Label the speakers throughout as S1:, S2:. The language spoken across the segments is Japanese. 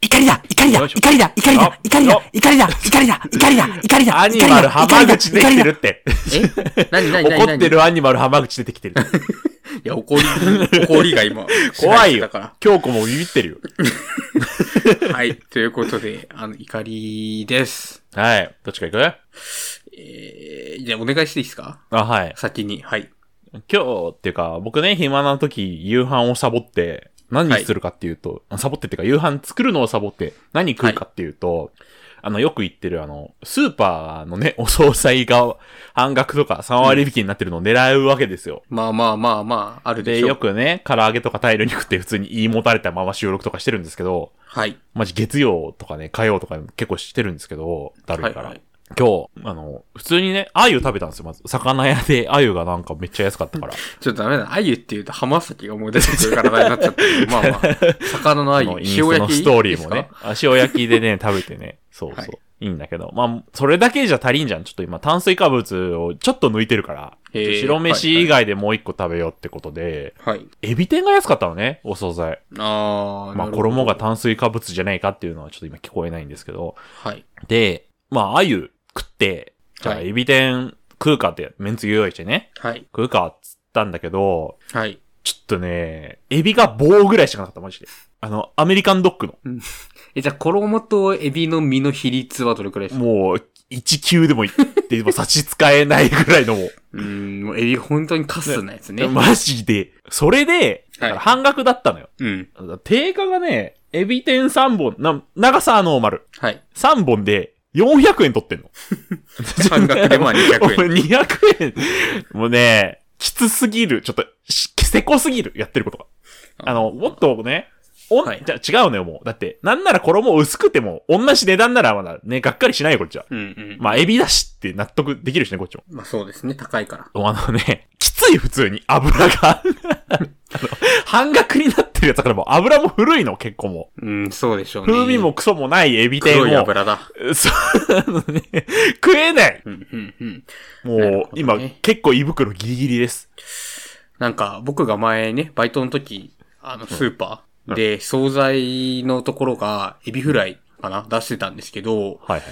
S1: 怒りだ
S2: よいしょ
S1: 怒りだ怒りだ怒りだ怒りだ怒りだ怒 りだ怒りだ怒
S2: ア
S1: り
S2: ニ
S1: だ
S2: マ
S1: 怒り
S2: ル浜
S1: だ
S2: 口できてるって。
S3: え何何何何
S2: 怒ってるアニマル浜口出てきて る。
S3: いや、怒り、 怒りが今、
S2: 怖い
S3: だ
S2: よ
S3: か。
S2: 京子もビビってるよ。
S3: ら。はい。ということで、あの、怒りです。
S2: はい。どっちか行く
S3: えー、じゃあお願いしていいですか
S2: あ、はい。
S3: 先に。はい。
S2: 今日っていうか、僕ね、暇な時、夕飯をサボって、何するかっていうと、サボってっていうか、夕飯作るのをサボって、何食うかっていうと、あの、よく行ってるあの、スーパーのね、お 惣菜が半額とか3割引きになってるのを狙うわけですよ。
S3: まあまあまあまあ、あるで
S2: で、
S3: しょう。
S2: よくね、唐揚げとか大量に食って普通に言いもたれたまま収録とかしてるんですけど、
S3: はい。
S2: マジ月曜とかね、火曜とか結構してるんですけど、だるいから。
S3: はいはい
S2: 今日、あの、普通にね、鮎食べたんですよ、まず。魚屋で鮎がなんかめっちゃ安かった から。
S3: ちょっとダメだ。鮎っていうと浜崎が思い出してくる体になっちゃったけど。まあまあ。魚の
S2: あ
S3: 鮎、
S2: の、インス
S3: 塩
S2: タ
S3: 焼
S2: の
S3: き。
S2: ストーリーもね。あ塩焼きでね、食べてね。そうそう。
S3: はい
S2: い、いんだけど。まあ、それだけじゃ足りんじゃん。ちょっと今、炭水化物をちょっと抜いてるから。
S3: へー
S2: 白飯以外でもう一個食べようってことで、
S3: いいすか。はい。
S2: エビ天が安かったのね、お惣菜。
S3: あ
S2: ま
S3: ー。
S2: あ、
S3: なるほど
S2: 衣が。炭水化物じゃないかっていうのはちょっと今聞こえないんですけど。
S3: はい。
S2: で、まあ、鮎食って、じゃあ、
S3: はい
S2: エビ天食うかって、めんつゆ用意してね、
S3: はい。
S2: 食うかっつったんだけど、
S3: はい。
S2: ちょっとね、エビが棒ぐらいしかなかった、マジで。あの、アメリカンドッグの。
S3: え、じゃあ、衣とエビの身の比率はどれくらいですか
S2: もう、1級でもいって、も差し支えないぐらいのも
S3: うーん、もうエビ本当にカスなや つね。
S2: う、マジで。それで、だから半額だったのよ。
S3: うん。
S2: 定価がね、エビ天3本、な、長さはノーマル。
S3: はい。
S2: 3本で、400円取ってんの。
S3: 半額でまあ200円。
S2: 円。200円。もうね、きつすぎる。ちょっと、しせこすぎる。やってることが。あの、もっとね、おん、
S3: はい
S2: じゃ違うのよ、もう。だって、なんなら衣薄くても、同じ値段ならまだね、がっかりしないよ、こっちは。
S3: うんうん。ま
S2: まあ、エビだしって納得できるしね、こっちも。
S3: あそうですね、高いから。
S2: あのね、きつい普通に油 が。あの、半額になってるやつだからもう油も古いの、結構も
S3: うん、そうでしょう
S2: う。
S3: ね。
S2: 風味もクソもないエビ天も。
S3: 黒い油だ。
S2: そう、あのね、食えない
S3: うんうんうん。
S2: もう、
S3: なるほどね
S2: 今、結構胃袋ギリギリです。
S3: なんか、僕が前ね、バイトの時、あの、スーパーで、惣菜のところが、エビフライかな出してたんですけど、
S2: はいはい。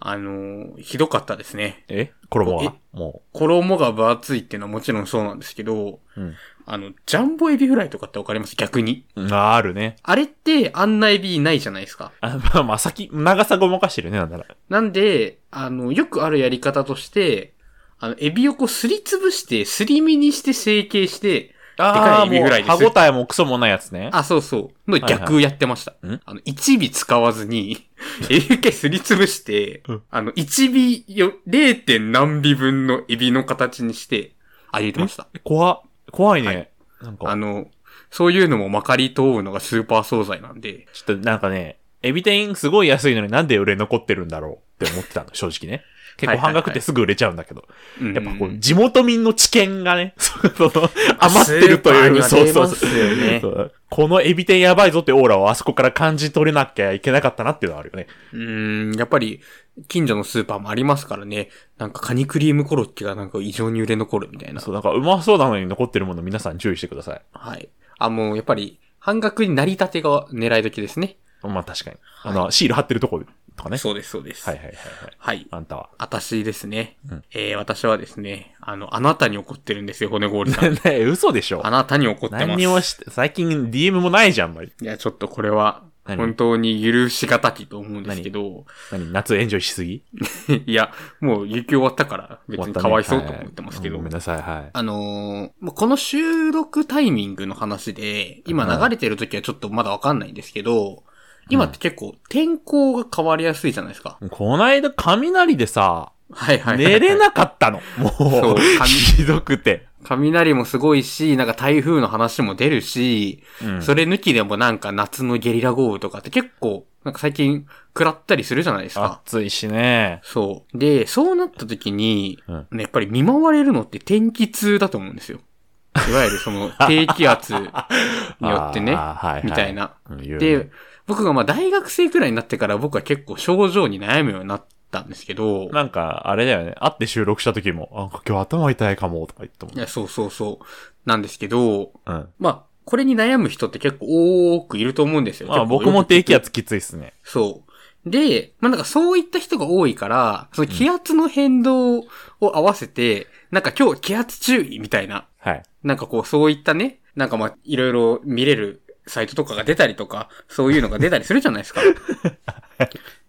S3: あのー、ひどかったですね。
S2: え衣はも
S3: 衣が分厚いっていうのはもちろんそうなんですけど、
S2: うん
S3: あの、ジャンボエビフライとかってわかります逆に。
S2: う、ああるね。
S3: あれって、あんなエビないじゃないですか。
S2: あまあまあ、先、長さごまかしてるね、なんなら。
S3: なんで、あの、よくあるやり方として、あの、エビをこうすりつぶして、すり身にして成形して、
S2: ああ、
S3: でかいエビ
S2: もう
S3: フライです
S2: 歯応えもクソもないやつね。
S3: あ、そうそう。の逆やってました。
S2: はいはいん
S3: あの、一尾使わずに、エビ系すりつぶして、
S2: うん
S3: あの、一尾よ、0. 点何尾分のエビの形にして、あ、入れてました。
S2: 怖、怖いね。
S3: はい
S2: なんか。
S3: あの、そういうのもまかり通うのがスーパー惣菜なんで、
S2: ちょっとなんかね、エビ天すごい安いのになんで売れ残ってるんだろうって思って たの、正直ね。結構半額ってすぐ売れちゃうんだけど。
S3: うん
S2: やっぱこう、地元民の知見がね、 その、余ってると
S3: スーパー
S2: い
S3: に
S2: う、
S3: は
S2: そうそう
S3: 出ます
S2: そう
S3: よね
S2: そうこのエビ天やばいぞってオーラをあそこから感じ取れなきゃいけなかったなっていうのはあるよね。
S3: うーん、やっぱり、近所のスーパーもありますからね。なんかカニクリームコロッケがなんか異常に売れ残るみたいな。
S2: そう、なんかうまそうなのに残ってるもの皆さん注意してください。
S3: はい。あ、もうやっぱり、半額になりたてが狙い時ですね。
S2: まあ確かに。あの、シール貼ってるとことかね。
S3: そうです、そうです。
S2: はいはいはいはい。
S3: はい。
S2: あんたは。
S3: 私ですね。
S2: うん
S3: えー、私はですね、あの、あなたに怒ってるんですよ、骨 氷さん。
S2: ね嘘でしょ
S3: あ。なたに怒ってます。
S2: 何にもして、最近 DM もないじゃん、あんまり。
S3: いや、ちょっとこれは、
S2: 何
S3: 本当に許しがたきと思うんですけど、
S2: 何夏エンジョイしすぎ
S3: いや、もう雪終わったから、別にかわいそうと思ってますけ
S2: は
S3: ど
S2: いご、めんなさい、はい。
S3: あのーまあこの収録タイミングの話で、今流れてる時はちょっとまだわかんないんですけど、今って結構天候が変わりやすいじゃないですか。
S2: こないだ雷でさ、
S3: はいはいはいはい。
S2: 寝れなかった の。も
S3: そう
S2: う、
S3: 髪
S2: ひどくて。
S3: 雷もすごいし、なんか台風の話も出るし、
S2: うん
S3: それ抜きでもなんか夏のゲリラ豪雨とかって結構、なんか最近食らったりするじゃないですか。
S2: 暑いしね。
S3: そう。で、そうなった時に、
S2: うん
S3: ねやっぱり見舞われるのって天気痛だと思うんですよ。いわゆるその低気圧によってね、
S2: あーはいは
S3: みたい。な。
S2: うん言うね
S3: で、僕がまあ大学生くらいになってから僕は結構症状に悩むようになったんですけど、
S2: なんか、あれだよね。会って収録した時も、あ今日頭痛いかも、とか言っても
S3: い。やそうそうそう、なんですけど、
S2: うん。
S3: まあ、これに悩む人って結構多くいると思うんです よ。
S2: まあ
S3: 結構よく
S2: 僕も低気圧きついっすね。
S3: そう。で、まあ、なんかそういった人が多いから、その気圧の変動を合わせて、なんか今日気圧注意みたいな、
S2: はい。
S3: なんかこうそういったね、なんかまあ、いろいろ見れるサイトとかが出たりとか、そういうのが出たりするじゃないで すか。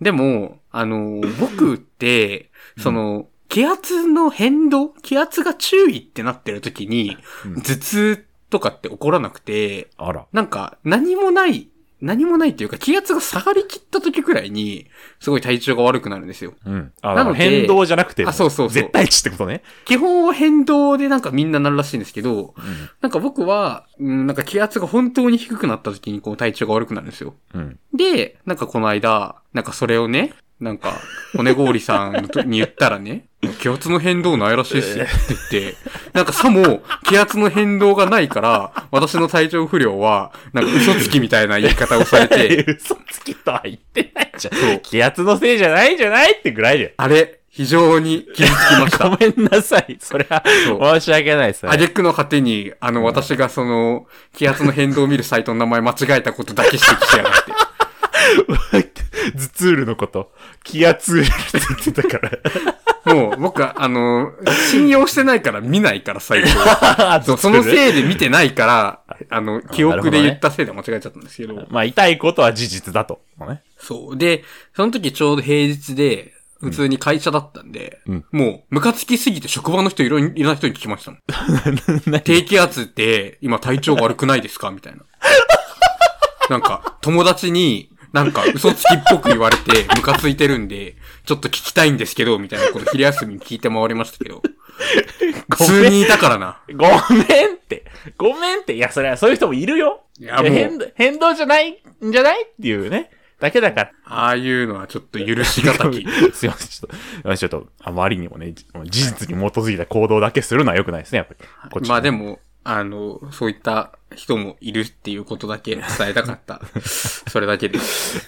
S3: でも、あの、僕って、その、気圧の変動気圧が注意ってなってる時に、
S2: うん
S3: 頭痛とかって起こらなくて、
S2: あら。
S3: なんか、何もない、何もないっていうか、気圧が下がりきった時くらいに、すごい体調が悪くなるんですよ。
S2: うん。あ
S3: な
S2: だ
S3: の
S2: か
S3: で
S2: ら変動じゃなくて、
S3: あそうそうそう
S2: 絶対値ってことね。
S3: 基本は変動でなんかみんななるらしいんですけど、
S2: うん
S3: なんか僕は、うん、なんか気圧が本当に低くなった時にこう体調が悪くなるんですよ。
S2: うん。
S3: で、なんかこの間、なんかそれをね、なんか、骨氷さんのとに言ったらね、気圧の変動ないらしいっすよって言って、なんかさも気圧の変動がないから、私の体調不良は、なんか嘘つきみたいな言い方をされて、
S2: 嘘つきとは言ってないじゃん。気圧のせいじゃないじゃないってぐらいで。
S3: あれ、非常に傷つきまし
S2: ご
S3: た。
S2: めんなさい。それは、
S3: そう
S2: 申し訳ないですね。
S3: あげくの果てに、あの、私がその、気圧の変動を見るサイトの名前間違えたことだけ指摘しやがって。
S2: 頭痛るのこと、気圧って言ってた から。
S3: もう、僕は、あの、信用してないから見ないから、サイトをそうその
S2: い。
S3: せいで見てないから、あの、記憶で言ったせいで間違えちゃったんですけど。
S2: まあ、痛いことは事実だと。ね
S3: そう。で、その時ちょうど平日で、普通に会社だったんで、
S2: うん
S3: もう、ムカつきすぎて職場の人いろいろんな人に聞きましたもん。
S2: 何
S3: 低気圧って今体調悪くないですかみ たいな。なんか、友達になんか嘘つきっぽく言われてムカついてるんで、ちょっと聞きたいんですけど、みたいなこと昼休みに聞いて回りましたけど。普通にいたからな。
S2: ごめんって。ごめんって。いや、それはそういう人もいるよ。
S3: いやもう
S2: いや変動変動じゃないんじゃないっていうね。だけだから。
S3: ああいうのはちょっと許しがたき。
S2: すいません、ちょっと、ちょっと、あまりにもね、じ事実に基づいた行動だけするのは良くないですね、やっぱり。こっち
S3: まあでも、あの、そういった人もいるっていうことだけ伝えた かった。それだけです。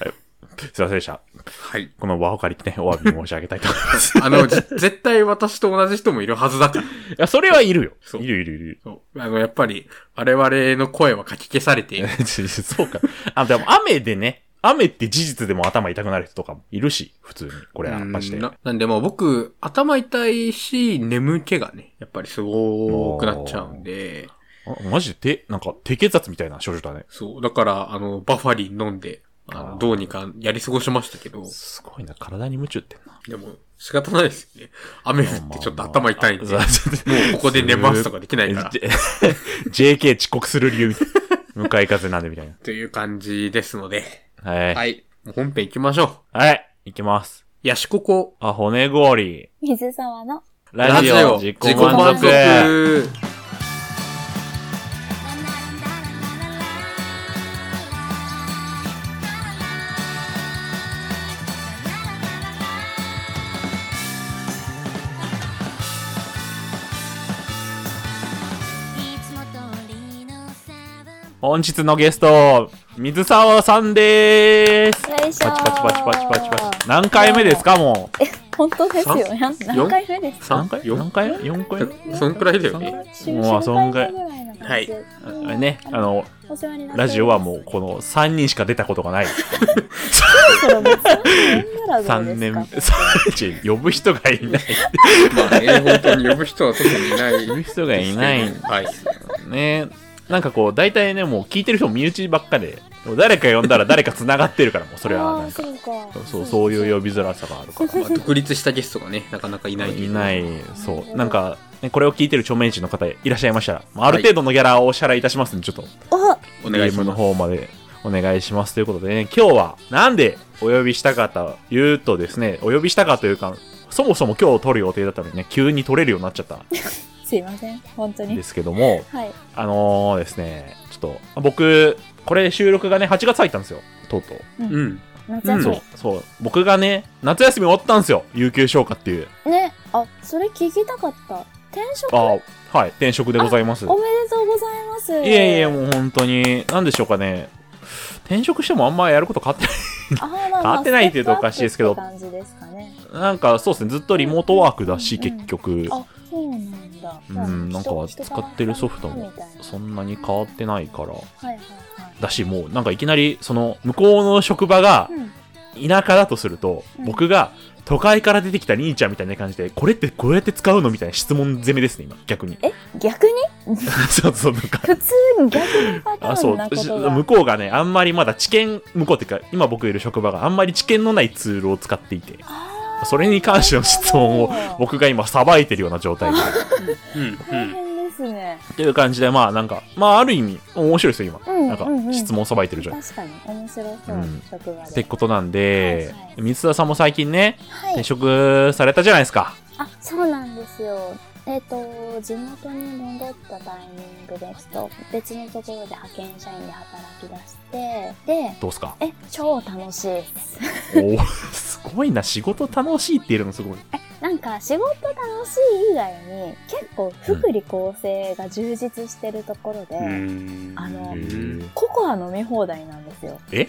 S2: すいませんでした。
S3: はい。
S2: この場を借りてね、お詫び申し上げたい と思います。い
S3: あの、じ絶対私と同じ人もいるはずだから。
S2: や、それはいるよ。
S3: そう
S2: いるいるいる。
S3: そう。あの、やっぱり、我々の声はかき消されている。
S2: そうか。あ、でも雨でね、雨って事実でも頭痛くなる人とかもいるし、普通に。これは、マジで。
S3: うんななんでもう僕、頭痛いし、眠気がね、やっぱりすごくなっちゃうんで、
S2: あマジで、なんか、低血圧みたいな症状だね。
S3: そう。だから、あの、バファリン飲んで、あ
S2: あ
S3: の
S2: ー
S3: どうにかやり過ごしましたけど、
S2: すごいな、体に夢中ってんな。
S3: でも、仕方ないですよね。雨降って ちょっと頭痛いんで。
S2: まあまああそう
S3: もうここで寝ますとかで きないから。
S2: え J- JK 遅刻する理由みたいな、向かい風なんでみたいな。
S3: という感じですので。
S2: はい。はい。
S3: はい。もう本編行きましょ
S2: はい、いきます。
S3: う。ヤシココ、
S2: あ、骨氷。
S1: 水沢の
S2: ラジオ、自己満足。本日のゲスト、水沢さんでーす。
S4: よいしょー
S2: パチパチパチパチパチパチ。何回目ですか、もう。
S4: 本当ですよ。
S3: 三
S4: なん何回目ですか
S3: 三
S2: 何回
S3: 四
S2: 何回 ?4 回
S3: そそんくらいだよね。
S4: 週
S2: もうそんぐらい
S4: 週何回目ぐらいの感じ
S2: あれね、あの、
S4: お世話になっております
S2: ラジオはもう、この3人しか出たことがない。
S4: それもう三年ならどう
S2: 3
S4: です
S2: 年、
S4: か
S2: 3人、呼ぶ 人がいない。
S3: まあね、本当に呼ぶ人は特にいない。
S2: 呼ぶ人がいない
S3: はい。
S2: ねなんかこう、大体ね、もう聞いてる人も身内ばっかで、でも誰か呼んだら誰か繋がってるから、もうそれはなんか
S4: あ、ーそうか
S2: そう、そういう呼びづらさがあるから。
S3: まあ、独立したゲストがね、なかなかいない。
S2: いない、そう。なんか、ね、これを聞いてる著名人の方いらっしゃいましたら、まあ、ある程度のギャラをお支払いいたしますんで、ちょっと、
S4: お
S3: お願いし
S2: DM の
S3: ます。
S2: 方までお願いしますということでね、今日はなんでお呼びしたかというとですね、お呼びしたかというか、そもそも今日撮る予定だったのにね、急に撮れるようになっちゃったん
S4: すいません本当に
S2: ですけど も、
S4: はい
S2: あのーですね、ちょっと、僕、これ収録がね、8月入ったんですよ、とうとう。
S3: うん。
S4: 夏休
S2: そう
S4: み、
S2: そう、僕がね、夏休み終わったんですよ、有給消化っていう。
S4: ねあそれ聞きたかった転職お
S2: ああ、はい、転職でございます。
S4: めでとうございますい
S2: いえいえ、もう本当に、なんでしょうかね。転職してもあんまやること変わってない。
S4: あーまあ
S2: 変わってないって言うとおかしいですけど
S4: まあステップアップって感じですかね
S2: なんかそうですね、ずっとリモートワークだし、
S4: うんうん
S2: 結局。
S4: あそうなんだんだ。
S2: うん、なんか使ってるソフトもそんなに変わってないから。
S4: はいはいはい。
S2: だし、もうなんかいきなり、その、向こうの職場が
S4: うん
S2: 田舎だとすると、
S4: うん
S2: 僕が都会から出てきた兄ちゃんみたいな感じで、これってこうやって使うのみたいな質問攻めですね、今、逆 に。
S4: え、逆に
S2: そうそう、なんか。
S4: 普通に逆のパタ
S2: あそ
S4: ーン
S2: う
S4: なこ
S2: し
S4: とが。
S2: 向こうがねあんまりまだ知見向こうっていうか今僕いる職場があんまり知見のないツールを使っていて
S4: あー
S2: それに関しての質問を
S4: なるほど
S2: 僕が今さばいてるような状態で
S3: うん、
S4: 大変ですね。
S2: っていう感じでまあなんかまあある意味面白いですよ今、
S4: うん
S2: なんか
S4: うんうん
S2: 質問さばいてるじゃん、
S4: 確かに面白そう、
S2: うん
S4: 職場
S2: って
S4: で。
S2: ことなんで、
S4: はいはい
S2: 三田さんも最近ね
S4: は
S2: 転
S4: い。
S2: 職されたじゃないですか
S4: あ、そうなんですよ。えっ、と、地元に戻ったタイミングで、ちょっと別のところで派遣社員で働き出して、で、
S2: どうっすか
S4: え、超楽しいです。
S2: おーすごいな仕事楽しいって言えるのすごい
S4: なんか仕事楽しい以外に結構福利厚生が充実してるところで、
S3: うん。
S4: あの
S2: へー
S4: ココア飲み放題なんですよ
S2: え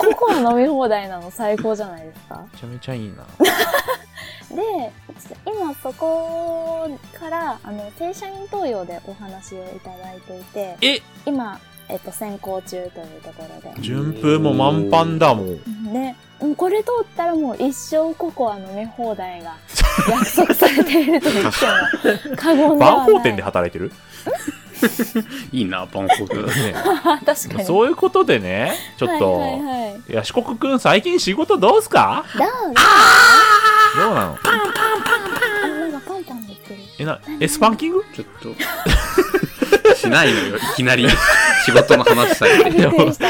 S4: ココア飲み放題なの最高じゃないですか
S2: めちゃめちゃいいな
S4: で今そこからあの正社員登用でお話をいただいていて
S2: え
S4: 今、えっと、選考中というところで
S2: 順風も満帆だもん
S4: ねうんこれ通ったらもう一生ココア飲み放 題が約束されていると言っても過言ではない
S2: 万宝店で働いてる
S3: いいな、バンコク。
S2: ね
S4: あ 確かに
S2: そういうことでね、ちょっと、
S4: はいはいはい、
S2: いや、四国くん最近仕事どうすか
S4: どうあ
S2: どうなの
S4: なんかパンパン言ってる。
S2: え、な、え、スパンキング
S3: ちょっと。しないのよ、いきなり。仕事の話さえ。
S4: びっくりした。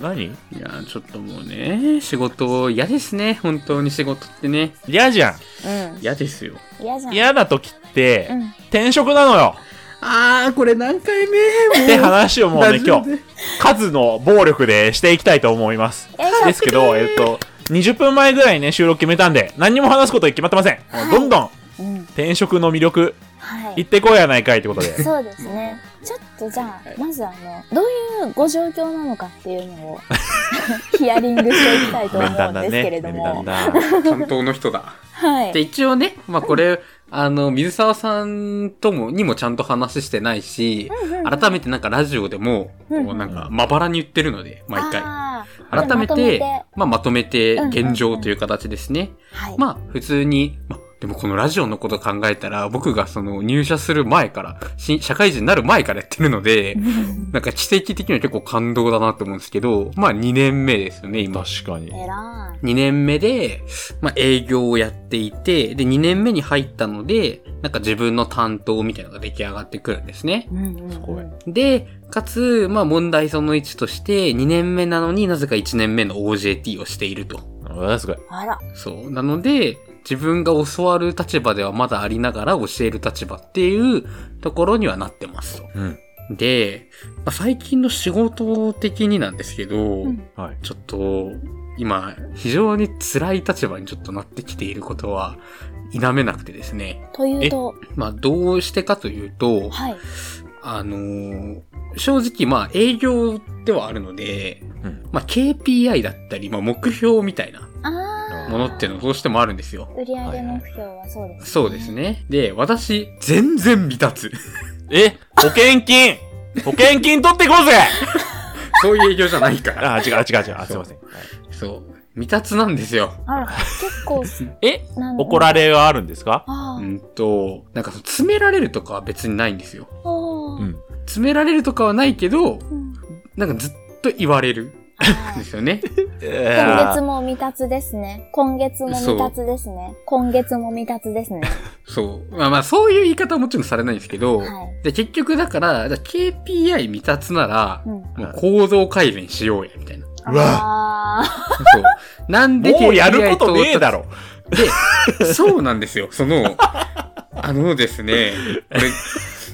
S2: 何
S3: いやー、ちょっともうね、仕事嫌ですね、本当に仕事ってね。
S2: 嫌じゃ
S4: うん。
S3: 嫌ですよ。
S4: 嫌じゃん。
S2: ん。嫌な時って、
S4: うん。
S2: 転職なのよ
S3: あー、これ何回目も
S2: って話をもう ね、今日、
S3: 日。
S2: 数の暴力でしていきたいと思います。
S4: よいしょ
S2: ですけど、えっと、20分前ぐらいにね、収録決めたんで、何にも話すこと決まってません。もうどんどん
S4: うん。
S2: 転職の魅力、
S4: は
S2: 言っ
S4: い。
S2: てこいやないかいってことで。
S4: そうです ね。ちょっとじゃあ、まずあの、どういうご状況なのかっていうのを、 ヒアリングしていきたいと思
S2: 面
S4: うん
S2: 談だ
S4: ですけ
S2: ね。
S4: れど
S2: 面談
S4: も。
S2: だ。
S3: 担当の人だ。
S4: は
S3: で、
S4: い。
S3: 一応ね、まあこれ、あの、水沢さんとも、にもちゃんと話してないし、改めてなんかラジオでも、こ
S4: うん
S3: うなんか、まばらに言ってるので、毎回。
S4: あー
S3: 改め
S4: まとめ
S3: て
S4: て、
S3: まあまとめて
S4: うんうんうん
S3: 現状という形ですね。
S4: ーはい。
S3: まあ、普通に、まあ、でもこのラジオのこと考えたら、僕がその入社する前から、し社会人になる前からやってるので、なんか知跡的には結構感動だなと思うんですけど、まあ2年目ですよね、今。
S2: 確かに。
S4: えら
S3: 2年目で、まあ営業をやっていて、で2年目に入ったので、なんか自分の担当みたいなのが出来上がってくるんですね。
S4: い。うんうんうん。
S2: すごい
S3: で、かつ、まあ問題その1として、2年目なのになぜか1年目の OJT をしていると。
S2: うわすごい。
S4: あら。
S3: そう。なので、自分が教わる立場ではまだありながら教える立場っていうところにはなってますと。
S2: うん。
S3: で、まあ、最近の仕事的になんですけど、
S4: ん
S2: はい。
S3: ちょっと、今、非常に辛い立場にちょっとなってきていることは否めなくてですね。
S4: というと、
S3: まあ、どうしてかというと、
S4: はい。
S3: あのー正直まあ営業ではあるので、
S2: うん
S3: まあ KPI だったり、まあ目標みたいな
S4: ああ。
S3: ものっていうのどうしてもあるんですよ。
S4: 売上目標はそうです、
S3: そうです。ね。で、私、全然未達。
S2: え、保険金保険金取っていこうぜ
S3: そういう営業じゃないから。
S2: あ、違う違う違う。あ、すいません。
S3: そう。未達なんですよ。
S4: あら、結構、
S2: え
S4: なん
S2: 怒られはあるんですか
S4: あ
S3: う
S4: ー
S3: んと、なんかその詰められるとかは別にないんですよ。
S4: あー。
S2: うん。
S3: 詰められるとかはないけど、
S4: うん
S3: なんかずっと言われる
S4: あ
S3: んで
S4: ー
S3: すよね。
S4: 今
S2: 今
S4: 月も未達ですね。今月も未達ですね。今月も未達ですね。
S3: そう。まあまあ、そういう言い方はもちろんされないんですけど、
S4: はい
S3: で、結局だから、じゃあ KPI 未達なら、
S4: うん。
S3: もう行動改善しようや、みたいな。
S2: うわ
S4: あ
S3: そう。なんで KPI
S2: もうやることねえだ
S3: ろ
S2: ろ。
S3: で、そうなんですよ。その、あのですね、これ、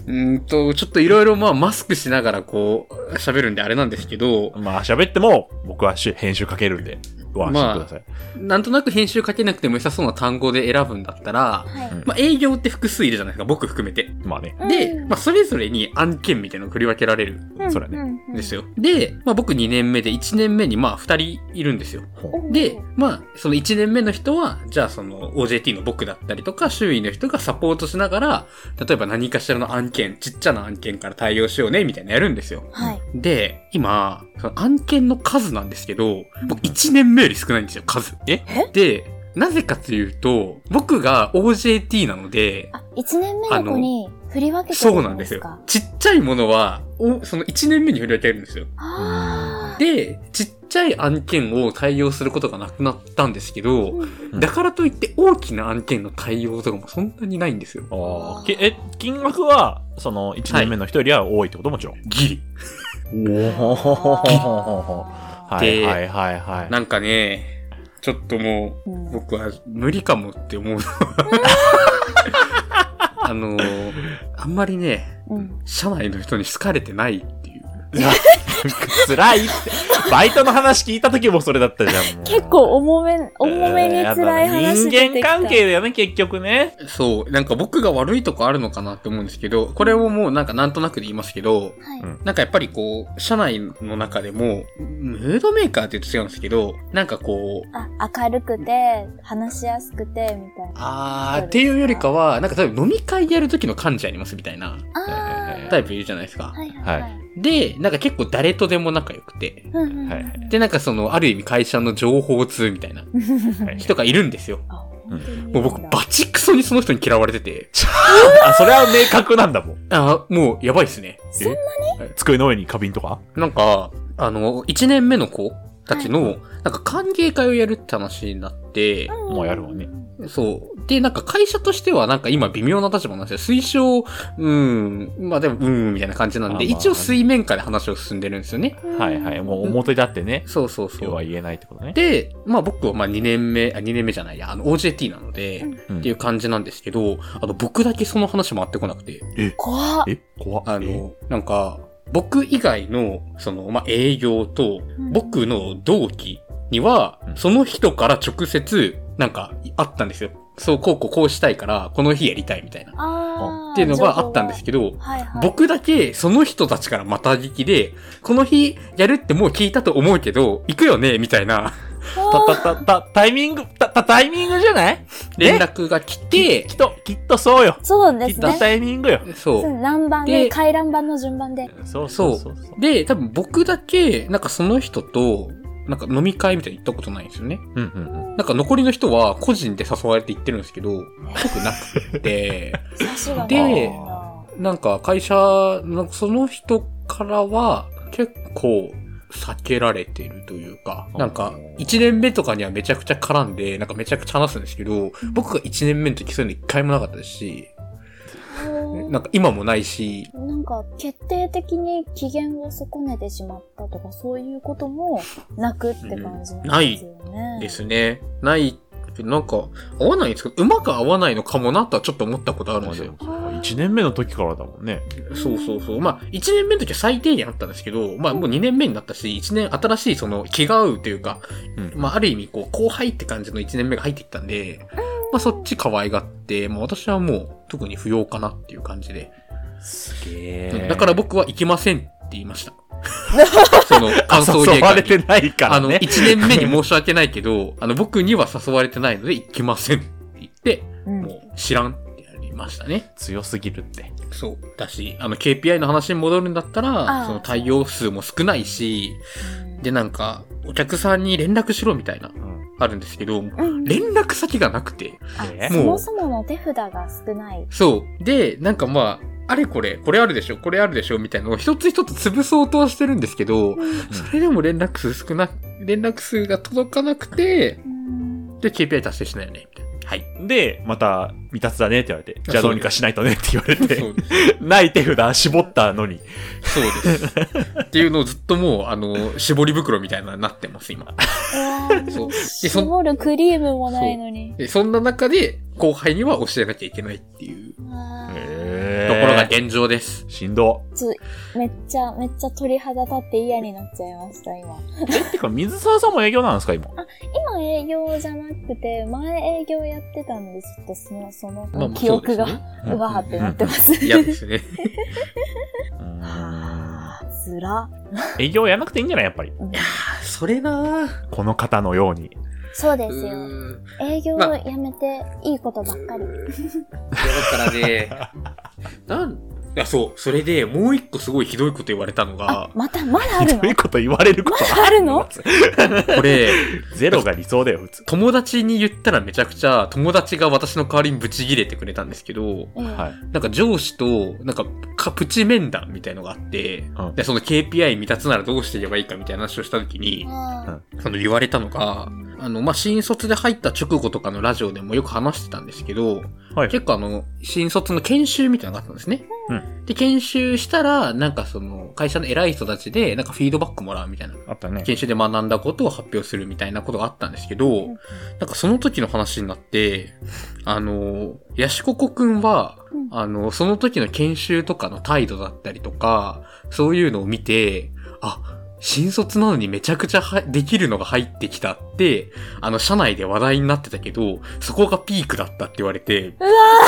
S3: うーんと、ちょっといろいろまあマスクしながらこう、喋るんであれなんですけど、
S2: まあ、喋っても、僕はし編集かけるんで、ご安心ください。
S3: なんとなく編集かけなくても良さそうな単語で選ぶんだったら、
S4: は
S2: う
S4: い。
S2: ん
S3: まあ、営業って複数いるじゃないですか、僕含めて。
S2: まあね、
S3: で
S4: う、ん
S3: まあ、それぞれに案件みたいなのを振り分けられる
S2: それね。
S3: んです
S4: よ。
S3: よ。で、まあ、僕2年目で1年目にまあ2人いるんですよ。
S2: ほ
S3: で、まあ、その1年目の人は、じゃあその OJT の僕だったりとか、周囲の人がサポートしながら、例えば何かしらの案件、ちっちゃな案件から対応しようね、みたいなのやるんですよ。
S4: はい。
S3: で、今、その案件の数なんですけど、僕1年目より少ないんですよ、数。
S2: え
S3: で、なぜかというと、僕が OJT なので、
S4: あ、1年目の子に振り分けて
S3: そ
S4: る
S3: うなんですよ
S4: か。
S3: ちっちゃいものは、おその1年目に振り分けるんですよ。
S4: あー
S3: で、ちっちゃい案件を対応することがなくなったんですけど、
S4: うん
S2: うん
S3: だからといって大きな案件の対応とかもそんなにないんですよ。
S2: うあーきえ、金額は、その、1年目の人よりは多いってこともちろん。
S3: ギ
S2: おー
S4: あ
S2: はい
S3: で
S2: はいはいはい
S3: リ。。なんかね、ちょっとも
S4: ー
S3: う、
S4: うん
S3: 僕は無理かもって思う。 あのー、あんまりね、
S4: うん
S3: 社内の人に好かれてないっていう。
S2: 辛いって。バイトの話聞いた時もそれだったじゃん。もう
S4: 結構、重め、重めに
S2: えーやっぱ
S4: 辛い話出て
S2: 人
S4: きた。
S2: 間関係だよね、結局ね。
S3: そう、なんか僕が悪いとこあるのかなって思うんですけど、これをもうなんかなんとなくで言いますけど、
S4: はい。
S2: うん
S3: なんかやっぱりこう、社内の中でも、ムードメーカーって言うと違うんですけど、なんかこう、
S4: あ、明るくて、話しやすくて、みたいな。
S3: あーっていうよりかは、なんか例えば飲み会やる時の感じありますみたいな
S4: あー
S3: タイプいるじゃないですか。
S4: はいはいは。
S2: はい
S3: で、なんか結構誰とでも仲良くて、
S4: うんうんうん
S2: はいは
S3: で、なんかその、ある意味会社の情報通みたい な
S2: はい
S3: 人がいるんですよ。
S4: あ
S2: うん
S4: 本当にいいんだ
S3: もう僕、バチクソにその人に嫌われてて、
S2: あ、それは明確なんだもん。
S3: あーもうやばいっすね。
S4: そんな
S2: 机の上に花瓶とか
S3: なんか、あの、1年目の子たちの、なんか歓迎会をやるって話になって、
S4: うん
S2: もうやるわね。
S3: そう。で、なんか会社としてはなんか今微妙な立場なんですよ。推奨、うん、まあでも、うん、みたいな感じなんで、
S2: あまあ
S3: 一応水面下で話を進んでるんですよね。
S2: はいはい。もう表立ってね、
S3: そうそうそ
S2: 要は
S3: う。
S2: 言えないってことね。
S3: で、まあ僕はまあ2年目、あ、2年目じゃないや、あの OJT なので、
S4: うん
S2: うん
S3: っていう感じなんですけど、あの僕だけその話回ってこなくて、
S4: 怖っ。
S2: え怖っ
S3: あ
S2: え
S3: の、なんか、僕以外の、その、まあ営業と、
S4: うん
S3: 僕の同期には
S2: う、ん
S3: その人から直接、なんか、あったんですよ。そう、こうこうこうしたいから、この日やりたいみたいな。
S4: あー
S3: っていうのがあったんですけど、
S4: はいはい。
S3: 僕だけその人たちからまた聞きで、この日やるってもう聞いたと思うけど、行くよねみたいな
S2: た、
S4: おー
S2: た、た、た、タイミング、た、た、タイミングじゃない
S3: 連絡が来て
S2: き、っと、きっとそうよ。
S4: そう
S2: き
S4: で
S2: っ
S4: す
S2: と
S4: ね。
S2: タイミングよ。
S3: そ
S4: そう
S3: う。
S4: 何番
S3: で
S4: で、回覧板の順番で。
S2: そうそ
S3: そうう
S2: そうそう。
S3: で、多分僕だけ、なんかその人と、なんか飲み会みたいに行ったことないんですよね。
S2: うんうんうん。
S3: なんか残りの人は個人で誘われて行ってるんですけど、僕なくて、
S4: 差しが
S3: で
S4: ないんだ
S3: なんか会社、なんかその人からは結構避けられてるというか、なんか1年目とかにはめちゃくちゃ絡んで、なんかめちゃくちゃ話すんですけど、僕が1年目の時そういうの一回もなかったですし、
S4: おー
S3: なんか今もないし、
S4: なんか、決定的に機嫌を損ねてしまったとか、そういうこともなくって感じなんですよね。
S3: ですね。ない、なんか合わないんですけど、うまく合わないのかもなとはちょっと思ったことあるん
S2: まあ
S3: です
S2: で
S3: よ
S2: も。1年目の時からだもんね。
S3: そうそうそう。まあ、1年目の時は最低限あったんですけど、まあもう2年目になったし、1年新しいその気が合うというか、
S2: うん
S3: まあある意味こう後輩って感じの1年目が入ってきたんで、まあそっち可愛がって、まあ私はもう特に不要かなっていう感じで。
S2: すげ
S3: う
S2: え。
S3: んだから僕は行きませんって言い ました。その感想
S2: 誘
S3: 芸
S2: われ
S3: 会に
S2: て。ないか
S3: あ
S2: ら
S3: の、
S2: ね
S3: 1。年目に申し訳ないけど、あの僕には誘われてないので行きませんって言って、
S4: うん
S3: もう知らんってやりましたね。
S2: 強すぎるって。
S3: そう。だし、あの KPI の話に戻るんだったら、
S4: あー
S3: その対応数も少ないし、でなんか、お客さんに連絡しろみたいな、
S2: うん
S3: あるんですけど、
S4: うん
S3: 連絡先がなくて。
S2: ね
S4: あ
S3: も
S4: そうもそもの手札が 少ない。
S3: そう。で、なんかまあ、あれこれ、これあるでしょ、これあるでしょ、みたいなのを一つ一つ潰そうとはしてるんですけど、それでも連絡数少な、連絡数が届かなくて、
S4: うん
S3: で、KPI 達成しないよね、みたいな。はい。
S2: で、また、未達だねって言われて、
S3: あ
S2: じゃあどうにかしないとねって言われ
S3: そ
S2: て、
S3: うです。
S2: ない手札絞ったのに。
S3: そうです。っていうのをずっともう、あの、絞り袋みたいなのになってます、今。
S4: うわー
S3: そうでそん
S4: 絞るクリームもないのに。
S3: で、そんな中で、後輩には教えなきゃいけないっていう
S4: うわー
S3: と
S2: え
S3: ころが現状です。
S2: しんど。
S4: ちょめっちゃ、めっちゃ鳥肌立って嫌になっちゃいました、今。
S2: え、てか、水沢さんも営業なんですか、今。
S4: の営業じゃなくて、前営業やってたんで、ちょっとその、その、
S2: まあまあ
S4: 記憶が、
S2: そううですね
S4: わーってなってます。
S3: 嫌です ね。
S2: うん
S4: はぁ、ずら。
S2: 営業やらなくていいんじゃないやっぱり。
S3: それなぁ。
S2: この方のように。
S4: そうで
S3: う
S4: すよ。
S3: ーん。
S4: 営業を
S3: まあ
S4: やめて、いいことばっかり。
S3: だからね、なん、あ、そう、それで、もう一個すごいひどいこと言われたの
S4: あ
S3: が、、
S4: また、まだあ
S2: ひ
S4: る
S2: ど
S4: の
S2: いこと言われること
S4: まだあるの
S3: これ、
S2: ゼロが理想だよ、普通。
S3: 友達に言ったらめちゃくちゃ、友達が私の代わりにブチギレてくれたんですけど、
S4: ええ
S2: はい。
S3: なんか上司と、なんか、かプチ面談みたいのがあって、
S2: うん
S3: で、その KPI 満たすならどうしていけばいいかみたいな話をした時に、
S4: あ
S3: その言われたのが、あの、まあ、新卒で入った直後とかのラジオでもよく話してたんですけど、
S2: はい。
S3: 結構あの、新卒の研修みたいなのがあったんですね。
S2: う
S3: で、研修したら、なんかその、会社の偉い人たちで、なんかフィードバックもらうみたいな。
S2: あったね。
S3: 研修で学んだことを発表するみたいなことがあったんですけど、
S4: ん
S3: なんかその時の話になって、あの、ヤシココくんは、
S4: うん
S3: あの、その時の研修とかの態度だったりとか、そういうのを見て、あ、新卒なのにめちゃくちゃはできるのが入ってきたって、あの、社内で話題になってたけど、そこがピークだったって言われて、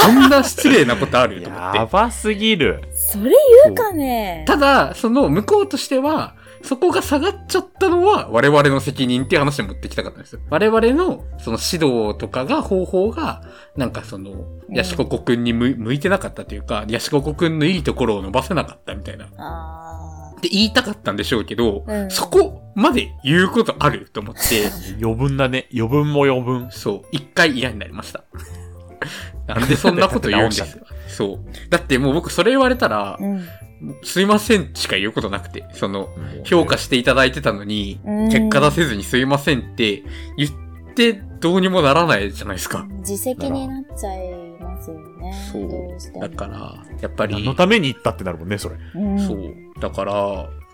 S3: こんな失礼なことあると思って。
S2: やばすぎる。
S4: それ言うかね
S3: ただ、その向こうとしては、そこが下がっちゃったのは我々の責任っていう話を持ってきたかったんですよ。我々のその指導とかが方法が、なんかその、ヤシココくんに向向いてなかったというか、ヤシココくんのいいところを伸ばせなかったみたいな。っ
S4: あ
S3: て言いたかったんでしょうけど、
S4: うん
S3: そこまで言うことあると思って、
S2: 余分だね。余分も余分。
S3: そう、一回嫌になりました。なんでそんなこと言うんですかそう。だってもう僕それ言われたら
S4: ー。う、ん。
S3: すいませんしか言うことなくて、その、評価していただいてたのに、
S4: うん
S3: 結果出せずにすいませんって言ってどうにもならないじゃないですか。
S4: 自責になっちゃいますよね。
S3: そう
S4: どうして
S3: だ
S4: も
S3: から、やっぱ
S2: 何
S3: り
S2: の、ために行ったってなるもんね、それ。
S4: うん
S3: そう。だから、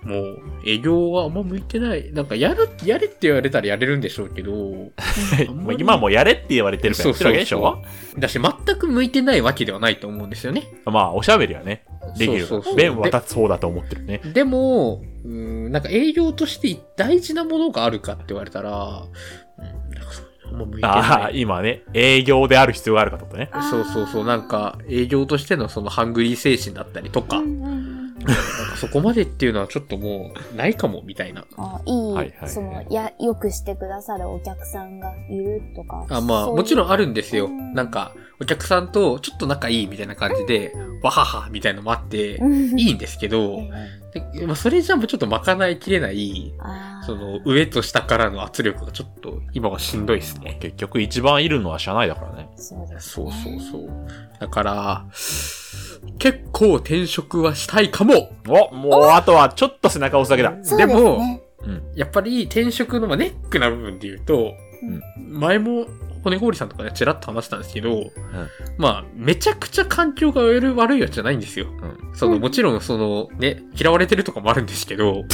S3: もう、営業はあんま向いてない。なんか、やる、やれって言われたらやれるんでしょうけど、
S2: まあ今もやれって言われてるからやってるわけでしょ
S3: そうだし、全く向いてないわけではないと思うんですよね。
S2: まあ、おしゃべりはね、できる
S3: そうそうそ。う
S2: 弁は立つ方だと思ってるね。
S3: でも、うーん、なんか営業として大事なものがあるかって言われたら、うん、なんかそういうのあんま向いて
S2: あ
S3: な
S2: あ、
S3: い。
S2: 今ね、営業である必要があるかってことね。
S4: あー
S3: そうそうそう、なんか営業としてのそのハングリー精神だったりとか、
S4: うんうんうん
S3: なんかそこまでっていうのはちょっともうないかもみたいな。
S4: あいい、
S2: はいはい
S4: そのや、よくしてくださるお客さんがいるとか。
S3: あまあもちろ
S4: ん。
S3: んあるんですよ。
S4: うん
S3: なんかお客さんとちょっと仲いいみたいな感じで、わははみたいのもあって、い
S4: い
S3: いんですけど、
S4: え
S3: でまあ、それじゃちょっとまかないきれない、
S4: あー
S3: その上と下からの圧力がちょっと今はしんどいですね。
S2: 結局一番いるのは社内だからね。
S4: そうです。
S3: そうそうそう。だから、結構転職はしたいかも
S2: おもうあとはちょっと背中を押すだけだ。
S4: そうですね
S3: でも
S2: うん。
S3: やっぱり転職のまあネックな部分で言うと、前も骨氷さんとかね、ちらっと話したんですけど、まあ、めちゃくちゃ環境が悪い悪いわけじゃないんですよ。
S2: うん
S3: その、もちろん、その、ね、嫌われてるとかもあるんですけど、